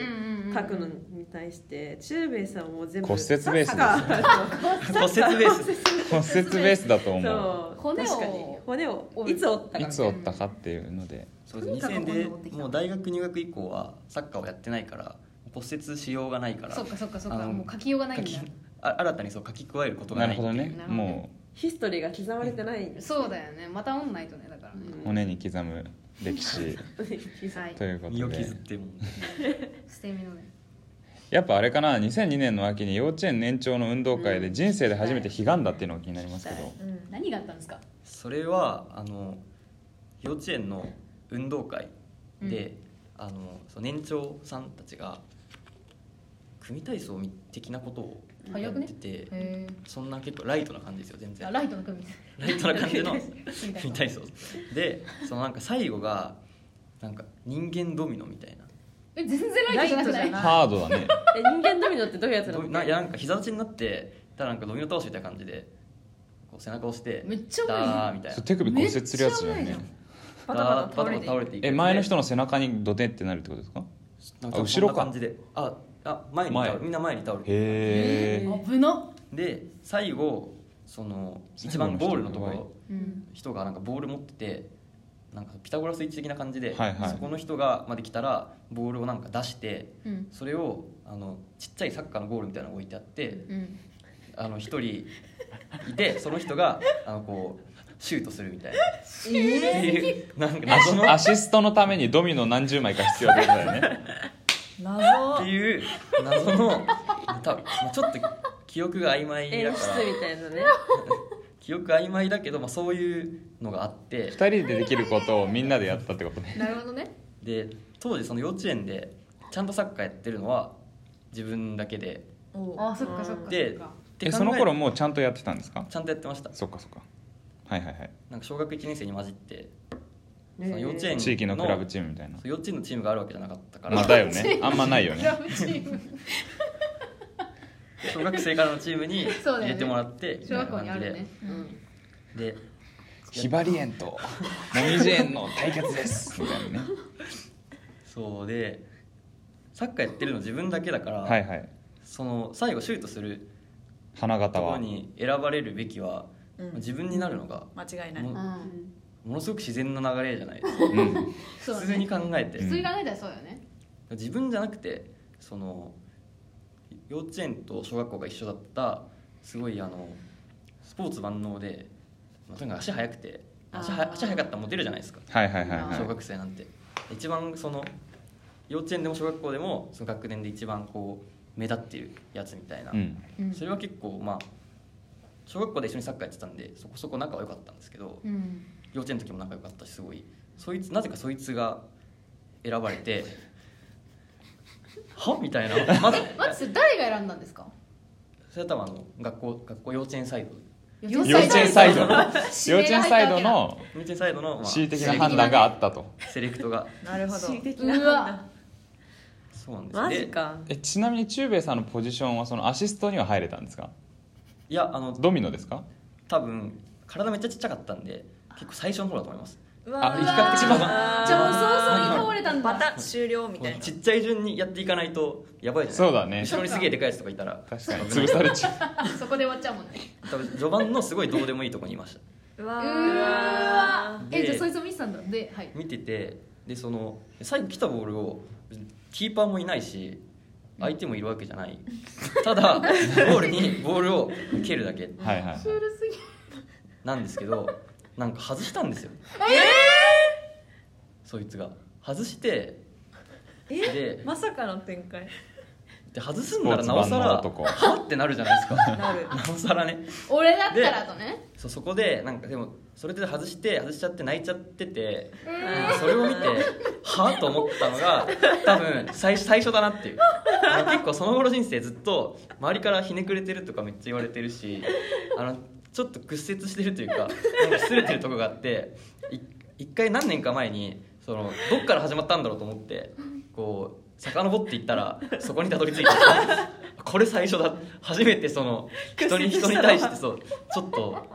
S4: 書くのに対して中米さんはもう全部
S2: 骨折ベースですね
S4: サッカ
S3: 骨折ベース
S2: う骨折ベースだと
S4: ー
S2: 思う
S4: そう
S6: 骨を
S4: 確かに骨をいつ折った
S2: い
S4: か
S2: つ折ったかっていうので
S3: そうです2000でもう大学入学以降はサッカーをやってないから骨折しようがないから
S6: そっかそっかそっ
S3: あ
S6: か
S3: の
S6: もう書きようがない
S3: 書
S6: ん
S3: き
S6: だ
S3: あ新たにそう書き加えることが
S2: な
S3: な
S2: る
S3: い
S2: ほどね
S6: なるほどね
S2: も
S4: ヒストリーが刻まれてないんです
S6: そうだよねまた折んないとねだからね
S2: う骨に刻む歴史
S6: はい
S2: というこ
S3: 身
S2: と
S3: を
S2: で
S3: 削っても
S6: 捨て身のね
S2: やっぱあれかな2002年の秋に幼稚園年長の運動会で人生で初めて悲願だっていうのが気になりますけど
S6: 何があったんですか
S3: それはあの幼稚園の運動会で、あのそう年長さんたちが組体操的なことをや
S6: 早
S3: っ
S6: くね
S3: てて、
S6: へ
S3: そんな結構ライトな感じですよ全
S6: えあ
S3: 然
S6: ライトの組
S3: ライトな感じ
S4: [laughs]
S3: の
S6: み
S3: [laughs]
S6: たい
S3: 組
S6: な
S3: 体操でそのなんか最後がなんか人間ドミノみたいな
S6: え全然ライトじゃなくな
S4: ライトじゃ
S6: い
S4: ない
S2: ハード [laughs] だね
S4: え人間ドミノってどういうやつな
S3: ど
S4: の
S3: ななんか膝立ちになってただなんかドミノ倒しみたいな感じでこう背中を押して
S6: めっちゃ重いね
S3: ダーみたい
S2: そう
S3: な
S2: 手首骨折するやつじゃん
S6: めっ
S2: ね
S6: ちゃ危ない
S4: バタバタ
S3: ダー
S4: 倒れていく
S3: 倒れていく
S2: え前の人の背中にドテってなるってことですか
S3: なんか
S2: あ後
S3: そん
S2: ろ
S3: な
S2: か
S3: 感じでああ前に倒れ
S2: 前
S3: みんな前に倒れて
S2: へえ
S6: 危な
S3: で最後その一番ゴールのところ
S6: うん
S3: 人がなんかボール持っててなんかピタゴラスイッチ的な感じで、
S2: はいはい
S3: そこの人がまで来たらボールをなんか出して
S6: うん
S3: それをあのちっちゃいサッカーのゴールみたいなのが置いてあって
S6: うん
S3: あの一人いて
S6: [laughs]
S3: その人があのこうシュートするみたいなっていうなんか謎の
S2: アシストのためにドミノ何十枚か必要ってことだよ [laughs] ね
S5: 謎
S3: っていう謎の多分まあちょっと記憶が曖昧だ
S4: 演出
S3: から
S4: みたいなね
S3: 記憶曖昧だけど、まあ、そういうのがあって
S2: 二人でできることをみんなでやったってことね
S6: なるほどね
S3: で当時その幼稚園でちゃんとサッカーやってるのは自分だけで
S6: あそっかそっかそっ
S3: で
S6: か
S3: って考
S2: え
S3: え
S2: その頃もうちゃんとやってたんですか
S3: ちゃんとやってました
S2: そっかそっかはいはいはい
S3: なんか小学1年生に混じって
S4: ね
S3: その幼稚園
S2: 地域のクラブチームみたいな
S3: そう幼稚園のチームがあるわけじゃなかったから、
S2: まあだよ [laughs] ねあんまないよ
S6: ク
S2: ね
S6: ラブチーム
S3: [laughs] 小学生からのチームに
S6: そうだ
S3: 入
S6: よね
S3: れてもらって、み
S6: 小
S3: たいな
S6: 学校
S3: 感
S6: に
S3: じ
S6: あるね
S4: うん
S3: で
S2: ひばり園ともみじ園の対決ですみたいなね
S3: そうでサッカーやってるの自分だけだから、
S2: はいはい
S3: その最後シュートする
S2: 花形
S3: ところ
S2: は
S3: に選ばれるべきは、
S5: うん
S3: 自分になるのが
S5: 間違いない
S3: も
S6: う
S3: うんものすごく自然な流れじゃないですか
S2: うん
S6: そうだ
S3: 普通に
S6: ね
S3: 考えて、
S6: 普通に考えたらそうだよね
S3: 自分じゃなくてその幼稚園と小学校が一緒だったすごいあのスポーツ万能で、まあ、とにかく足速くて足は
S4: あー
S3: 足速かったらモテるじゃないですか
S2: はいはいはいは
S3: 小
S2: い
S3: 学生なんて一番その幼稚園でも小学校でもその学年で一番こう目立ってるやつみたいな、
S2: うん
S6: うん
S3: それは結構まあ小学校で一緒にサッカーやってたんでそこそこ仲は良かったんですけど
S6: うん
S3: 幼稚園の時も仲良かったしすごいそいつなぜかそいつが選ばれて [laughs] はみたいなまず
S6: まずそれ誰が選んだんですか
S3: それ多分あの学校学校幼稚園サイド
S6: 幼
S2: 幼稚園サイドの幼稚園サイドの
S3: 幼稚園サイドの、まあ、
S2: 恣意的な判断があったと
S3: セレクトが
S5: なるほど
S4: 恣意的
S6: うわ
S4: な
S3: そうなんです
S4: マジ
S3: で
S4: か
S2: えちなみに中兵衛さんのポジションはそのアシストには入れたんですか
S3: いやあの
S2: ドミノですか
S3: 多分体めっちゃちっちゃかったんで結構最初の方だと思います
S5: う
S2: あ
S5: わ
S2: 比較的
S5: う
S2: ま
S5: わ
S2: だ
S6: じゃあもう早々に倒れたんだ
S5: また終了みたいな
S3: ちっちゃい順にやっていかないとやばいじゃない
S2: そうだね
S3: 後ろにすげえでかいやつとかいたら
S2: 確かに潰されちゃう
S6: そこで終わっちゃうもんね
S3: 多分序盤のすごいどうでもいいとこにいました
S4: うわ
S6: う
S4: ー
S6: ーわえ
S3: で
S6: じゃあそいつを見てたんだではい
S3: 見ててでその最後来たボールをキーパーもいないし相手もいるわけじゃないただゴールにボールを蹴るだけ
S2: はいはいはい
S6: シュールすぎ
S3: なんですけどなんか外したんですよそいつが外してで
S5: えまさかの展開
S3: で外すんならなおさら
S2: スポーツ万能男
S3: はってなるじゃないですか
S5: なる
S3: なおさらね
S6: 俺だったらとね
S3: そうそこでなんかでもそれで外して外しちゃって泣いちゃってて
S6: うん
S3: それを見てはぁと思ったのが多分最最初だなっていうあの結構その頃人生ずっと周りからひねくれてるとかめっちゃ言われてるしあのちょっと屈折してるというかなんか擦れてるとこがあってい一回何年か前にそのどっから始まったんだろうと思ってこう遡っていったらそこにたどり着いてこれ最初だ初めてその人に人に対してそうちょっと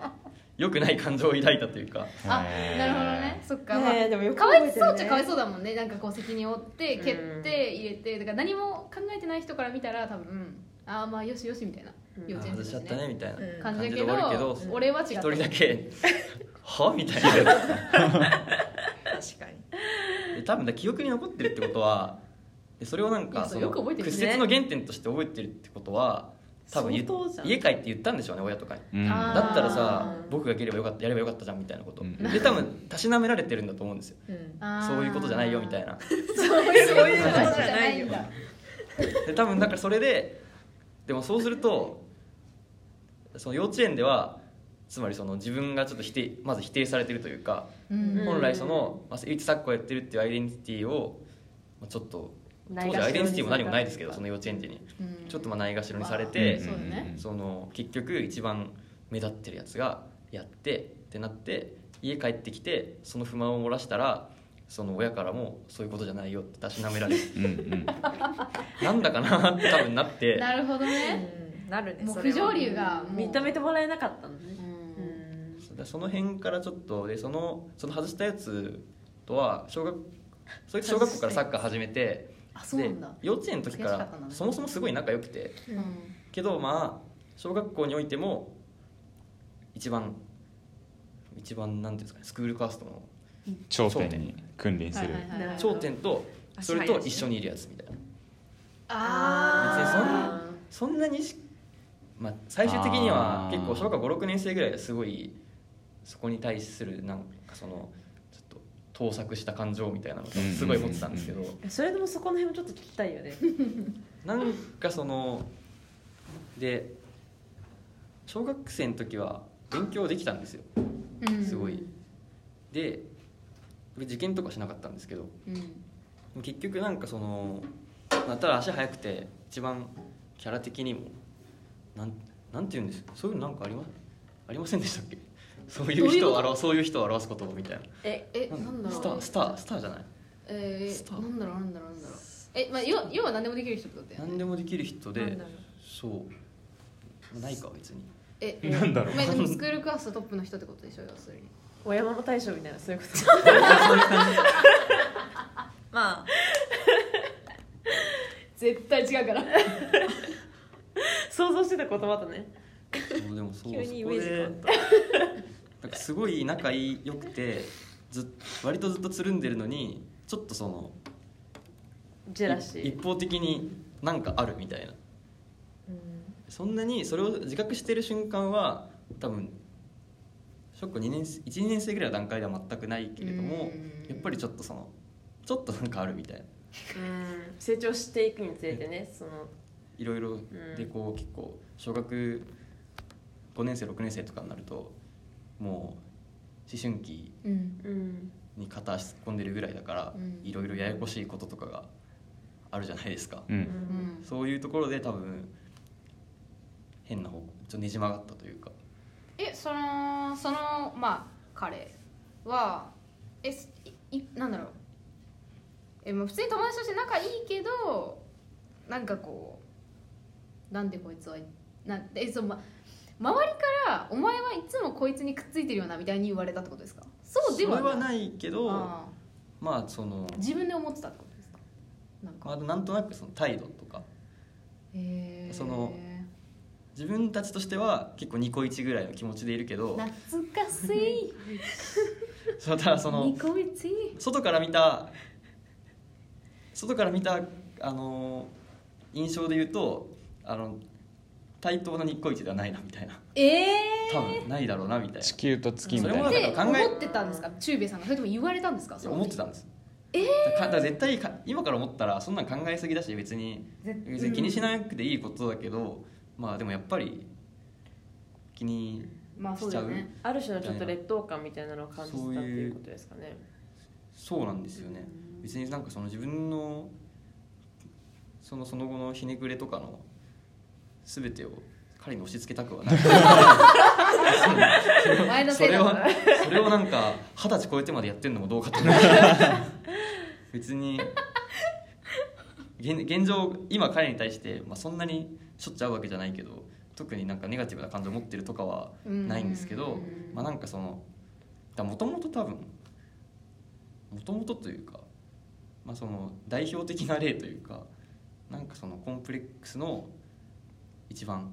S3: 良くない感情を抱いたというか
S6: あ
S2: へー
S6: なるほどねそっか、まあ
S4: ねえでもよく
S6: か
S4: 覚
S6: わ
S4: え
S6: い
S4: てるね
S6: そうっちゃかわいそうだもんねなんかこう責任を負って蹴
S4: う
S6: っ
S4: ん
S6: て入れてだから何も考えてない人から見たら多分、うんああまあよしよしみたいな
S4: うん
S6: 幼稚園
S3: 外
S6: 生
S3: しちゃ
S6: だ
S3: っ
S6: した
S3: ねみたいな
S5: うん
S6: 感
S3: 感じ
S6: じだけ
S3: で終わるけ
S6: ど
S3: ど
S6: 俺は違った
S3: 一人だ
S6: [laughs]
S3: け「はみたいな
S5: 確かに
S3: で多分だ記憶に残ってるってことはでそれをなん
S6: い
S3: か
S6: やそ
S3: の
S6: うよく覚えてるね
S3: 屈折の原点として覚えてるってことは多分言っ
S4: 相当じゃん
S3: 家帰って言ったんでしょうね親とかに
S2: うん
S6: あー
S3: だったらさ
S4: うん
S3: 僕がければよかったやればよかったじゃんみたいなこと
S2: うん
S3: で多分たしなめられてるんだと思うんですよ
S5: うん
S6: あー
S3: そういうことじゃないよみたいな
S5: そういう
S6: そう
S5: こ
S6: いうことと
S5: じ
S6: じ
S5: ゃ
S6: ゃ
S5: な
S6: ないい
S5: よ
S6: んだ
S3: で多分だからそれででもそうするとその幼稚園ではつまりその自分がちょっと否定まず否定されてるというか、
S6: うん
S4: うん
S3: 本来その、まあ、唯一サッカーをやってるっていうアイデンティティを、まあ、ちょっと当
S4: ない
S3: 時
S4: がしろに
S3: アイデンティティも何もないですけど
S4: さ
S3: その
S4: れ
S3: 幼稚園児に
S6: うん
S3: ちょっとまあないがしろにされ
S2: うん
S3: て、
S6: そうだね
S3: その結局一番目立ってるやつがやってってなって家帰ってきてその不満を漏らしたらその親からもそういうことじゃないよってたしなめられる
S2: うんうん
S3: なんだかなって多分な
S6: [laughs]
S3: って。
S6: なるほどね、
S5: うんなるね
S6: もう
S5: それ
S6: 不
S5: は
S6: 条理がもう
S4: 認めてもらえなかったの
S6: う
S4: ねうんん
S3: そうだからその辺からちょっとでそのその外したやつとは小
S6: [laughs]
S3: 学そいつ小学校からサッカー始めて
S6: あそうなんだ
S3: で幼稚園の時か
S6: 悔しからったんだね
S3: そもそもすごい仲良くて
S6: うん
S3: けどまあ小学校においても一番一番なんていうんですかねスクールカーストの
S2: 頂点に君臨する
S6: はいはいはい
S3: 頂点とそれと一緒にいるやつみたいな別にそん
S6: あ
S3: なそんなにし、まあ、最終的に
S2: あ
S3: は
S2: ー
S3: 結構小学校56年生ぐらいですごいそこに対するなんかそのちょっと盗作した感情みたいなのがすごい持ってたんですけど
S4: それでもそこの辺もちょっと聞きたいよね
S3: なんかそので小学生の時は勉強できたんですよ
S6: ーうん
S3: すごいで俺受験とかしなかったんですけど
S6: うん
S3: 結局なんかその、まあ、ただ足速くて一番キャラ的にもなんなんて言うんですそういうのなんかありまありませんでしたっけそういう人を表すそういう人を表す言葉みたいな
S4: え
S6: え
S3: なん
S6: なんだろう
S3: スタースタースターじゃない
S6: え
S3: スタ
S6: ー、
S3: ー
S6: なんだろうなんだろうなんだろうえまあ要要は何でもできる人ってことだよね
S3: 何でもできる人
S5: なん
S3: で
S5: だろう
S3: そうないか別に
S6: [laughs] え
S2: なんだろう
S6: まあ、でもスクールクラストップの人ってことでしょ要するに
S4: お山の大将みたいなそういうこと [laughs]
S5: まあ
S6: 絶対違うから
S4: 想像してた言葉とね
S3: そうでもそう
S4: 急にイメージ変わっ
S3: そこで [laughs] なんかすごい仲良くてずっ割とずっとつるんでるのにちょっとその
S4: ジェラシ
S3: い
S4: ー
S3: 一方的になんかあるみたいな
S4: うん
S3: そんなにそれを自覚してる瞬間は多分小学校2年生12年生ぐらいの段階では全くないけれども
S6: うん
S3: やっぱりちょっとそのちょっとなんかあるみたいな
S4: うん成長していくにつれてねその
S3: いろいろ
S4: ん
S3: でこう結構小学5年生6年生とかになるともう思春期
S6: うん
S4: うん
S3: に片足突っ込んでるぐらいだから
S6: うん
S3: いろいろややこしいこととかがあるじゃないですか
S2: う
S4: うんん
S3: そういうところで多分変な方向ちょっとねじ曲がったというか
S6: えそのそのまあ彼はえすいいなんだろうえもう普通に友達として仲いいけどなんかこうなんでこいつはなんえそうま周りから「お前はいつもこいつにくっついてるよな」みたいに言われたってことですかそうでは
S3: それは
S6: ない
S3: ないけど
S6: あ
S3: まあその
S6: ー自分で思ってたってことですかなんか、
S3: まあなんとなくその態度とか
S6: へー
S3: その自分たちとしては結構ニコイチぐらいの気持ちでいるけど
S6: 懐かしい
S3: そのただその
S6: ニコイチ
S3: 外から見た外から見たあの印象で言うとあの対等な日光市ではないなみたいな
S6: ええ
S3: 多分ないだろうなみたい
S2: 地球と月みたい
S3: それも
S2: な
S3: だ
S6: で
S3: から考え
S6: 思ってたんですか中兵衛さんがそれとも言われたんですか
S3: な思って
S6: た
S3: たんですだからだから絶対か今から思ったらそんなん考えすぎだし別に別に気にしなくていいことだけど、まあでもやっぱり気に
S6: まあそうだよね
S4: ある種のちょっと劣等感みたいなのを感じてたっていうことですかね
S3: そうなんですよね別になんかその自分のそのその後のひねくれとかの全てを彼に押し付けたくはない
S6: 前の
S3: そ
S6: せい
S3: れ
S6: だ
S3: を
S6: から
S3: それをなんか二十歳超えてまでやってんのもどうか
S6: [laughs]
S3: と思う別に現現状今彼に対して、まあ、そんなにしょっちゅう会うわけじゃないけど特になんかネガティブな感情を持ってるとかはないんですけど、
S6: うん
S3: まあ、なんかそのもともと多分もともとというか、まあ、その代表的な例というかなんかそのコンプレックスの一番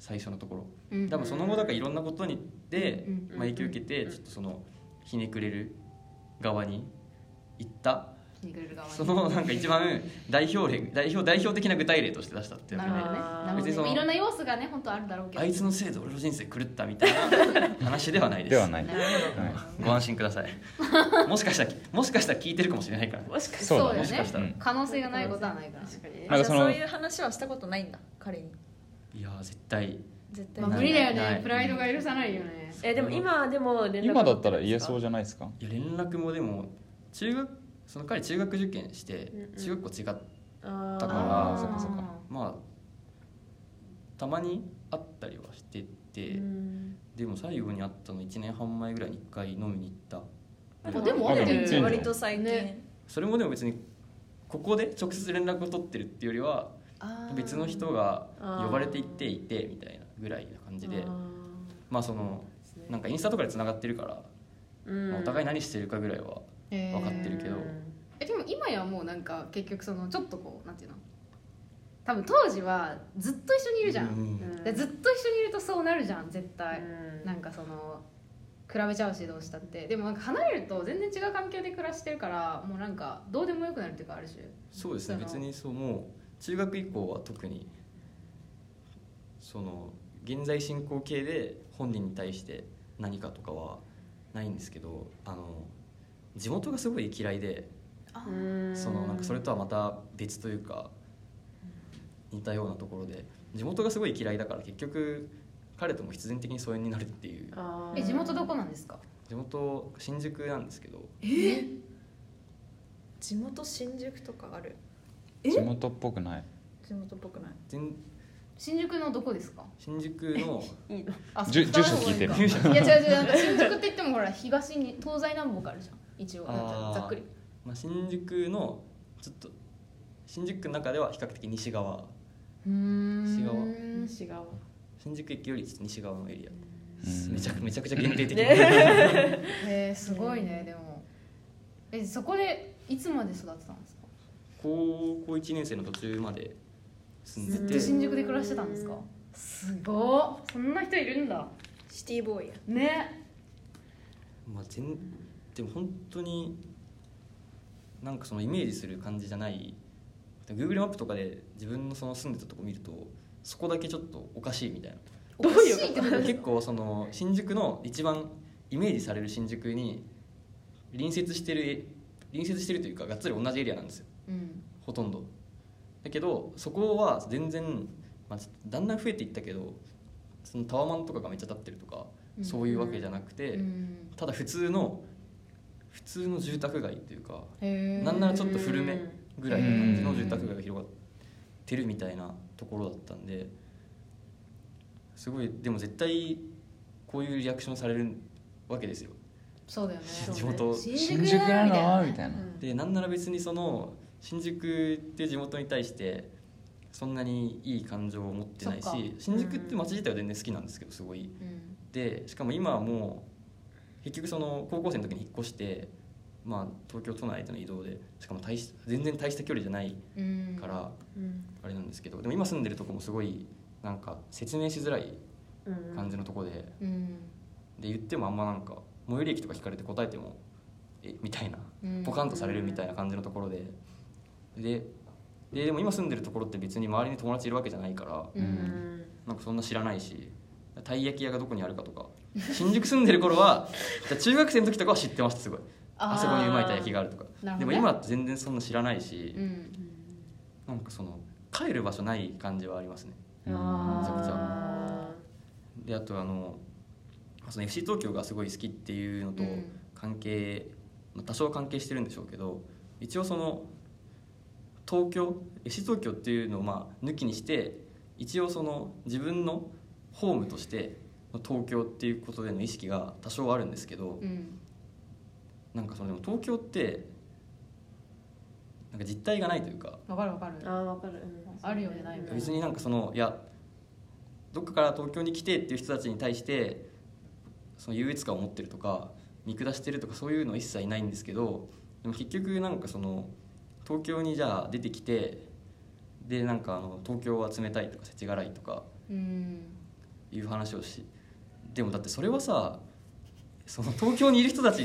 S3: 最初のところ
S6: うん
S3: 多分その後だからいろんなことにで、
S6: うん
S3: まあ、影響を受けてちょっとそのひねくれる側に行った
S6: ひねくれる側に
S3: そのなんか一番代表例代表代表的な具体例として出したっていう
S6: な
S3: か
S6: るほ
S3: ね
S6: どね
S4: あー
S6: なるほど
S3: 別にそ
S6: ね
S3: の
S6: いろんな要素がね本当あるだろうけど
S3: あいつのせいで俺の人生狂ったみたいな話ではないです
S2: ではない
S6: なるほど
S2: は
S3: ご安心くださいもしかしたらもしかしたら聞いてるかもしれないから
S4: もしかし
S2: そうだ
S6: よ
S2: ね
S3: もしかしたら、
S2: うん
S6: 可能性がないことはないから
S4: 確かに
S2: なんかその
S5: あじゃあそういう話はしたことないんだ彼に
S3: いやー絶対
S5: 絶対
S6: ま
S5: に
S6: あ
S3: ない
S6: 無理だよ
S3: な
S6: ね
S3: い
S6: プライドが許さないよね
S4: えでも今でも連絡
S2: 今だったら言えそう
S4: う
S2: じゃないですか
S3: いや連絡もでも中学その彼中学受験して
S4: うんうん
S3: 中学校違った
S4: あ
S3: だから
S6: あー
S3: そっかそっかまあたまに会ったりはしてて、
S4: うん
S3: でも最後に会ったの1年半前ぐらいに1回飲みに行った
S6: あでもあ
S2: で
S6: る
S2: も
S6: ね
S2: 一年
S5: 割と最近、
S6: ね
S3: それもでも別にここで直接連絡を取ってるっていうよりは
S6: あー
S3: 別の人が
S4: あー
S3: 呼ばれて行っていてみたいなぐらいな感じで
S4: あー
S3: まあその
S4: ですね
S3: なんかインスタとかでつながってるから、
S4: うん
S3: まあお互い何してるかぐらいは
S6: えー
S3: 分かってるけど
S6: えでも今やもうなんか結局そのちょっとこうなんていうの多分当時はずっと一緒にいるじゃ、
S3: うんん
S6: でずっと一緒にいるとそうなるじゃん絶対、
S4: うん
S6: なんかその比べちゃうしどうしたってでもなんか離れると全然違う環境で暮らしてるからもうなんかどうでもよくなるっていうかある種
S3: [laughs] そうですね
S6: そ
S3: 別
S6: の
S3: にそうもう中学以降は特にその現在進行形で本人に対して何かとかはないんですけどあの地元がすごい嫌いで
S6: あ
S4: うん
S3: そのなんかそれとはまた別というか似たようなところで地元がすごい嫌いだから結局彼とも必然的に疎遠になるっていう
S4: あー
S6: え地元どこなんですか
S3: 地元新宿なんですけど
S5: 地元新宿とかある
S2: 地元っぽくない
S5: 地元っぽくない
S3: 全
S6: 新宿のどこですか
S3: 新宿の
S4: いいの
S6: あ
S2: 住
S6: そっから
S2: 住所聞いてる
S6: 方がかいや違う違うなんか新宿って言ってもほら東に東西南北あるじゃん一応なん
S3: あ
S6: か
S3: ー
S6: ざっくり
S3: まあ、新宿のちょっと新宿区の中では比較的西側
S6: うーん
S4: 西側
S3: 新宿駅よりちょっと西側のエリア、
S2: うん
S3: めちゃくめちゃくちゃ限定的な、
S6: へえすごいねでもえそこでいつまで育ってたんですか
S3: [laughs] 高校1年生の途中まで住
S6: ず
S3: ん
S6: っ
S3: でて
S6: と新宿で暮らしてたんですかすごいそんな人いるんだ
S5: シティボーイや
S6: ね
S3: まあ、全でも本当になんかそのイメージする感じじゃない Google マップとかで自分のその住んでたとこ見るとそこだけちょっとおかしいみたいな
S6: どういうこと
S3: 結構その新宿の一番イメージされる新宿に隣接してる隣接してるというかがっつり同じエリアなんですよ
S6: うん
S3: ほとんどだけどそこは全然、まあ、ちょっとだんだん増えていったけどそのタワマンとかがめっちゃ立ってるとか、
S6: うん
S3: そういうわけじゃなくて、
S6: うん
S3: ただ普通の普通の住宅街というか
S6: へー
S3: なんならちょっと古めぐらいの感じ
S2: う
S3: の
S2: ん
S3: 住宅街が広がってるみたいなところだったんですごいでも絶対こういうリアクションされるわけですよ
S6: そうだよね
S4: そう
S3: 地元
S2: 新宿なのみたいな
S3: でなんなら別にその新宿って地元に対してそんなにいい感情を持ってない
S6: そっか
S3: し新宿って街自体は全然好きなんですけどすごい
S6: うん
S3: でしかも今はもう結局その高校生の時に引っ越して、まあ、東京都内との移動でしかも大し全然大した距離じゃない
S6: うん
S3: から
S4: うん
S3: あれなんですけどでも今住んでるとこもすごいなんか説明しづらい
S4: うん
S3: 感じのとこでで
S6: うん
S3: 言ってもあんまなんか最寄り駅とか聞かれて答えても「えみたいな
S6: うん
S3: ポカンとされるみたいな感じのところででででも今住んでるところって別に周りに友達いるわけじゃないから
S6: う
S4: うんん
S3: なんかそんな知らないしたい焼き屋がどこにあるかとか新宿住んでる頃はじゃあ中学生の時とかは知ってましたすごいあそこにうまいたい焼きがあるとか
S6: なる
S3: で
S6: ほど
S3: も
S6: ね
S3: 今って全然そんな知らないし、
S6: うん
S3: なんかその帰る場所ない感じはありますね
S2: うん
S3: めちゃくちゃ
S4: あ
S3: であとあのその FC 東京がすごい好きっていうのと
S6: うん
S3: 関係、まあ多少関係してるんでしょうけど一応その東京 FC 東京っていうのをまあ抜きにして一応その自分のホームとしての東京っていうことでの意識が多少あるんですけど、
S6: うん
S3: なんかそのでも東京ってなんか実態がないというか
S6: わかるわかる
S4: ーあーわかるうん
S6: あるよねないよね
S3: 別になんかそのいやどっかから東京に来てっていう人たちに対してその優越感を持ってるとか見下してるとかそういうのは一切ないんですけどでも結局なんかその東京にじゃあ出てきてでなんかあの東京は冷たいとか世知辛いとか
S6: うん
S3: いう話をしでもだってそれはさその東京にいる人たち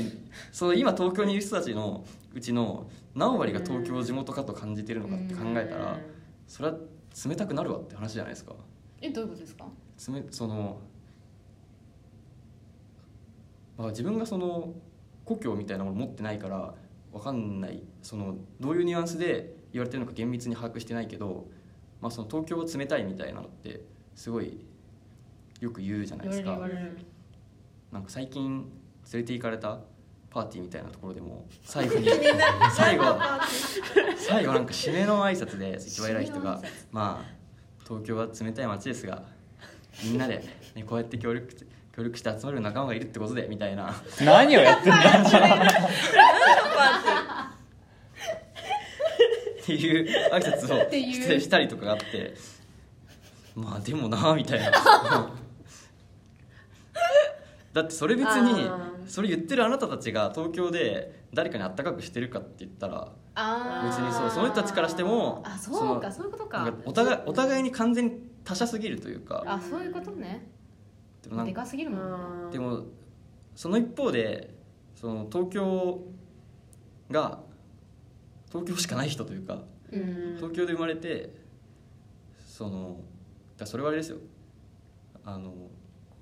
S3: その今東京にいる人たちのうちの何割が東京を地元かと感じてるのかって考えたらそれは冷たくなるわって話じゃないですか。
S6: えどういうことですか
S3: つめその、まあ、自分がその故郷みたいなもの持ってないから分かんないそのどういうニュアンスで言われてるのか厳密に把握してないけど、まあ、その東京は冷たいみたいなのってすごいよく言うじゃないです
S6: 言わ
S3: か
S6: れる言われる
S3: なんか最近連れて行かれたパーティーみたいなところでも最後に最後最後なんか締めの挨拶で一番偉い人が「まあ東京は冷たい街ですがみんなで、ね、こうやって協力協力して集まる仲間がいるってことで」みたいな
S2: 何をやってんだ
S3: っていう挨拶を
S6: ていう
S3: してしたりとかがあってまあでもなみたいなだってそれ別に
S4: あー
S3: それ言ってるあなたたちが東京で誰かにあったかくしてるかって言ったら
S6: あー
S3: 別にそうその人たちからしても
S6: あそうか
S3: そ
S6: そういうこと
S3: の
S6: か
S3: なんかお互いお互いに完全に他者すぎるというか
S6: あそういうことね
S3: でもなん
S6: で
S3: か
S6: かすぎる
S4: う
S6: もんね
S4: ん
S3: でもその一方でその東京が東京しかない人というか
S4: うん
S3: 東京で生まれてそのだそれはあれですよあの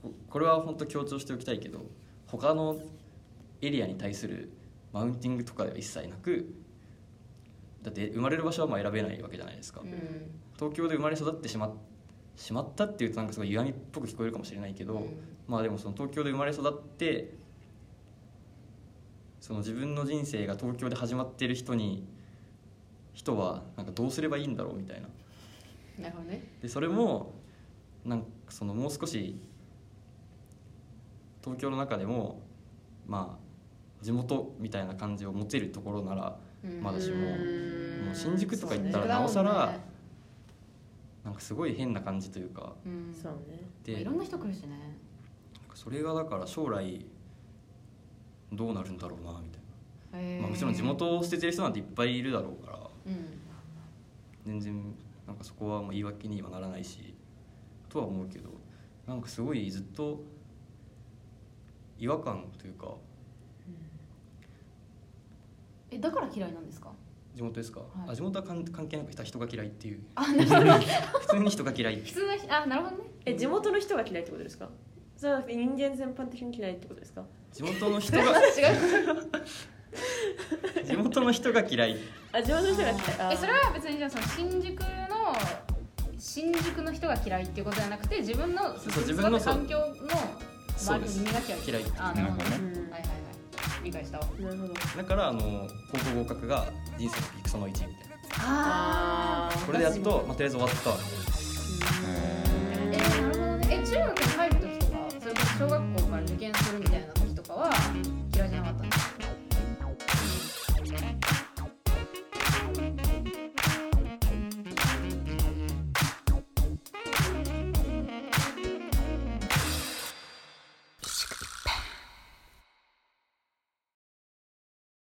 S3: ここれは本当強調しておきたいけど他のエリアに対するマウンティングとかは一切なくだって生まれる場所はまあ選べないわけじゃないですか、
S6: うん
S3: 東京で生まれ育ってしましまったっていうとなんかすごい歪みっぽく聞こえるかもしれないけど、
S6: うん
S3: まあでもその東京で生まれ育ってその自分の人生が東京で始まってる人に人はなんかどうすればいいんだろうみたいな
S6: なるほどね
S3: でそれもなんかそのもう少し東京の中でもまあ地元みたいな感じを持てるところなら
S6: うん
S3: まだしも
S4: うん
S3: もう新宿とか行ったらなおさらなんかすごい変な感じというか
S6: うん
S4: そうね
S3: で
S6: いろんな人来るしね
S3: それがだから将来どうなるんだろうなみたいな。
S6: へー
S3: まあ、もちろん地元を捨ててる人なんていっぱいいるだろうから
S6: うん
S3: 全然なんかそこはもう言い訳にはならないしとは思うけどなんかすごいずっと違和感というか
S6: えだから嫌いなんですか
S3: 地元ですか、
S1: い
S3: あ地元は関関係なく人人が嫌いっていう
S1: あなるほど
S3: [laughs] 普通に人が嫌い
S1: 普通の人あなるほどね
S4: え地元の人が嫌いってことですかそれは人間全般的に嫌いってことですか
S3: 地元の
S1: [laughs]
S3: 人が [laughs] 地元の人が嫌い
S4: あ地元の人が嫌いあー
S1: えそれは別にじゃあその新宿の新宿の人が嫌いっていうことじゃなくて自分の
S3: そうそう自分の
S1: 育った環境の
S3: そう
S1: 周りの耳が嫌い
S3: 嫌いっていう
S1: あなるほどね
S2: なるほど
S4: ね
S1: はいはいはい理解したわ
S4: なるほど
S3: だからあの高校合格が人生のピークその1みたいな
S4: あー
S3: これでやっと、まあ、とりあえず終わったわ
S1: えーなるほどねえ中学に入る時とかそれこそ小学校から受験するみたいな時とかは嫌いじゃなかったんですか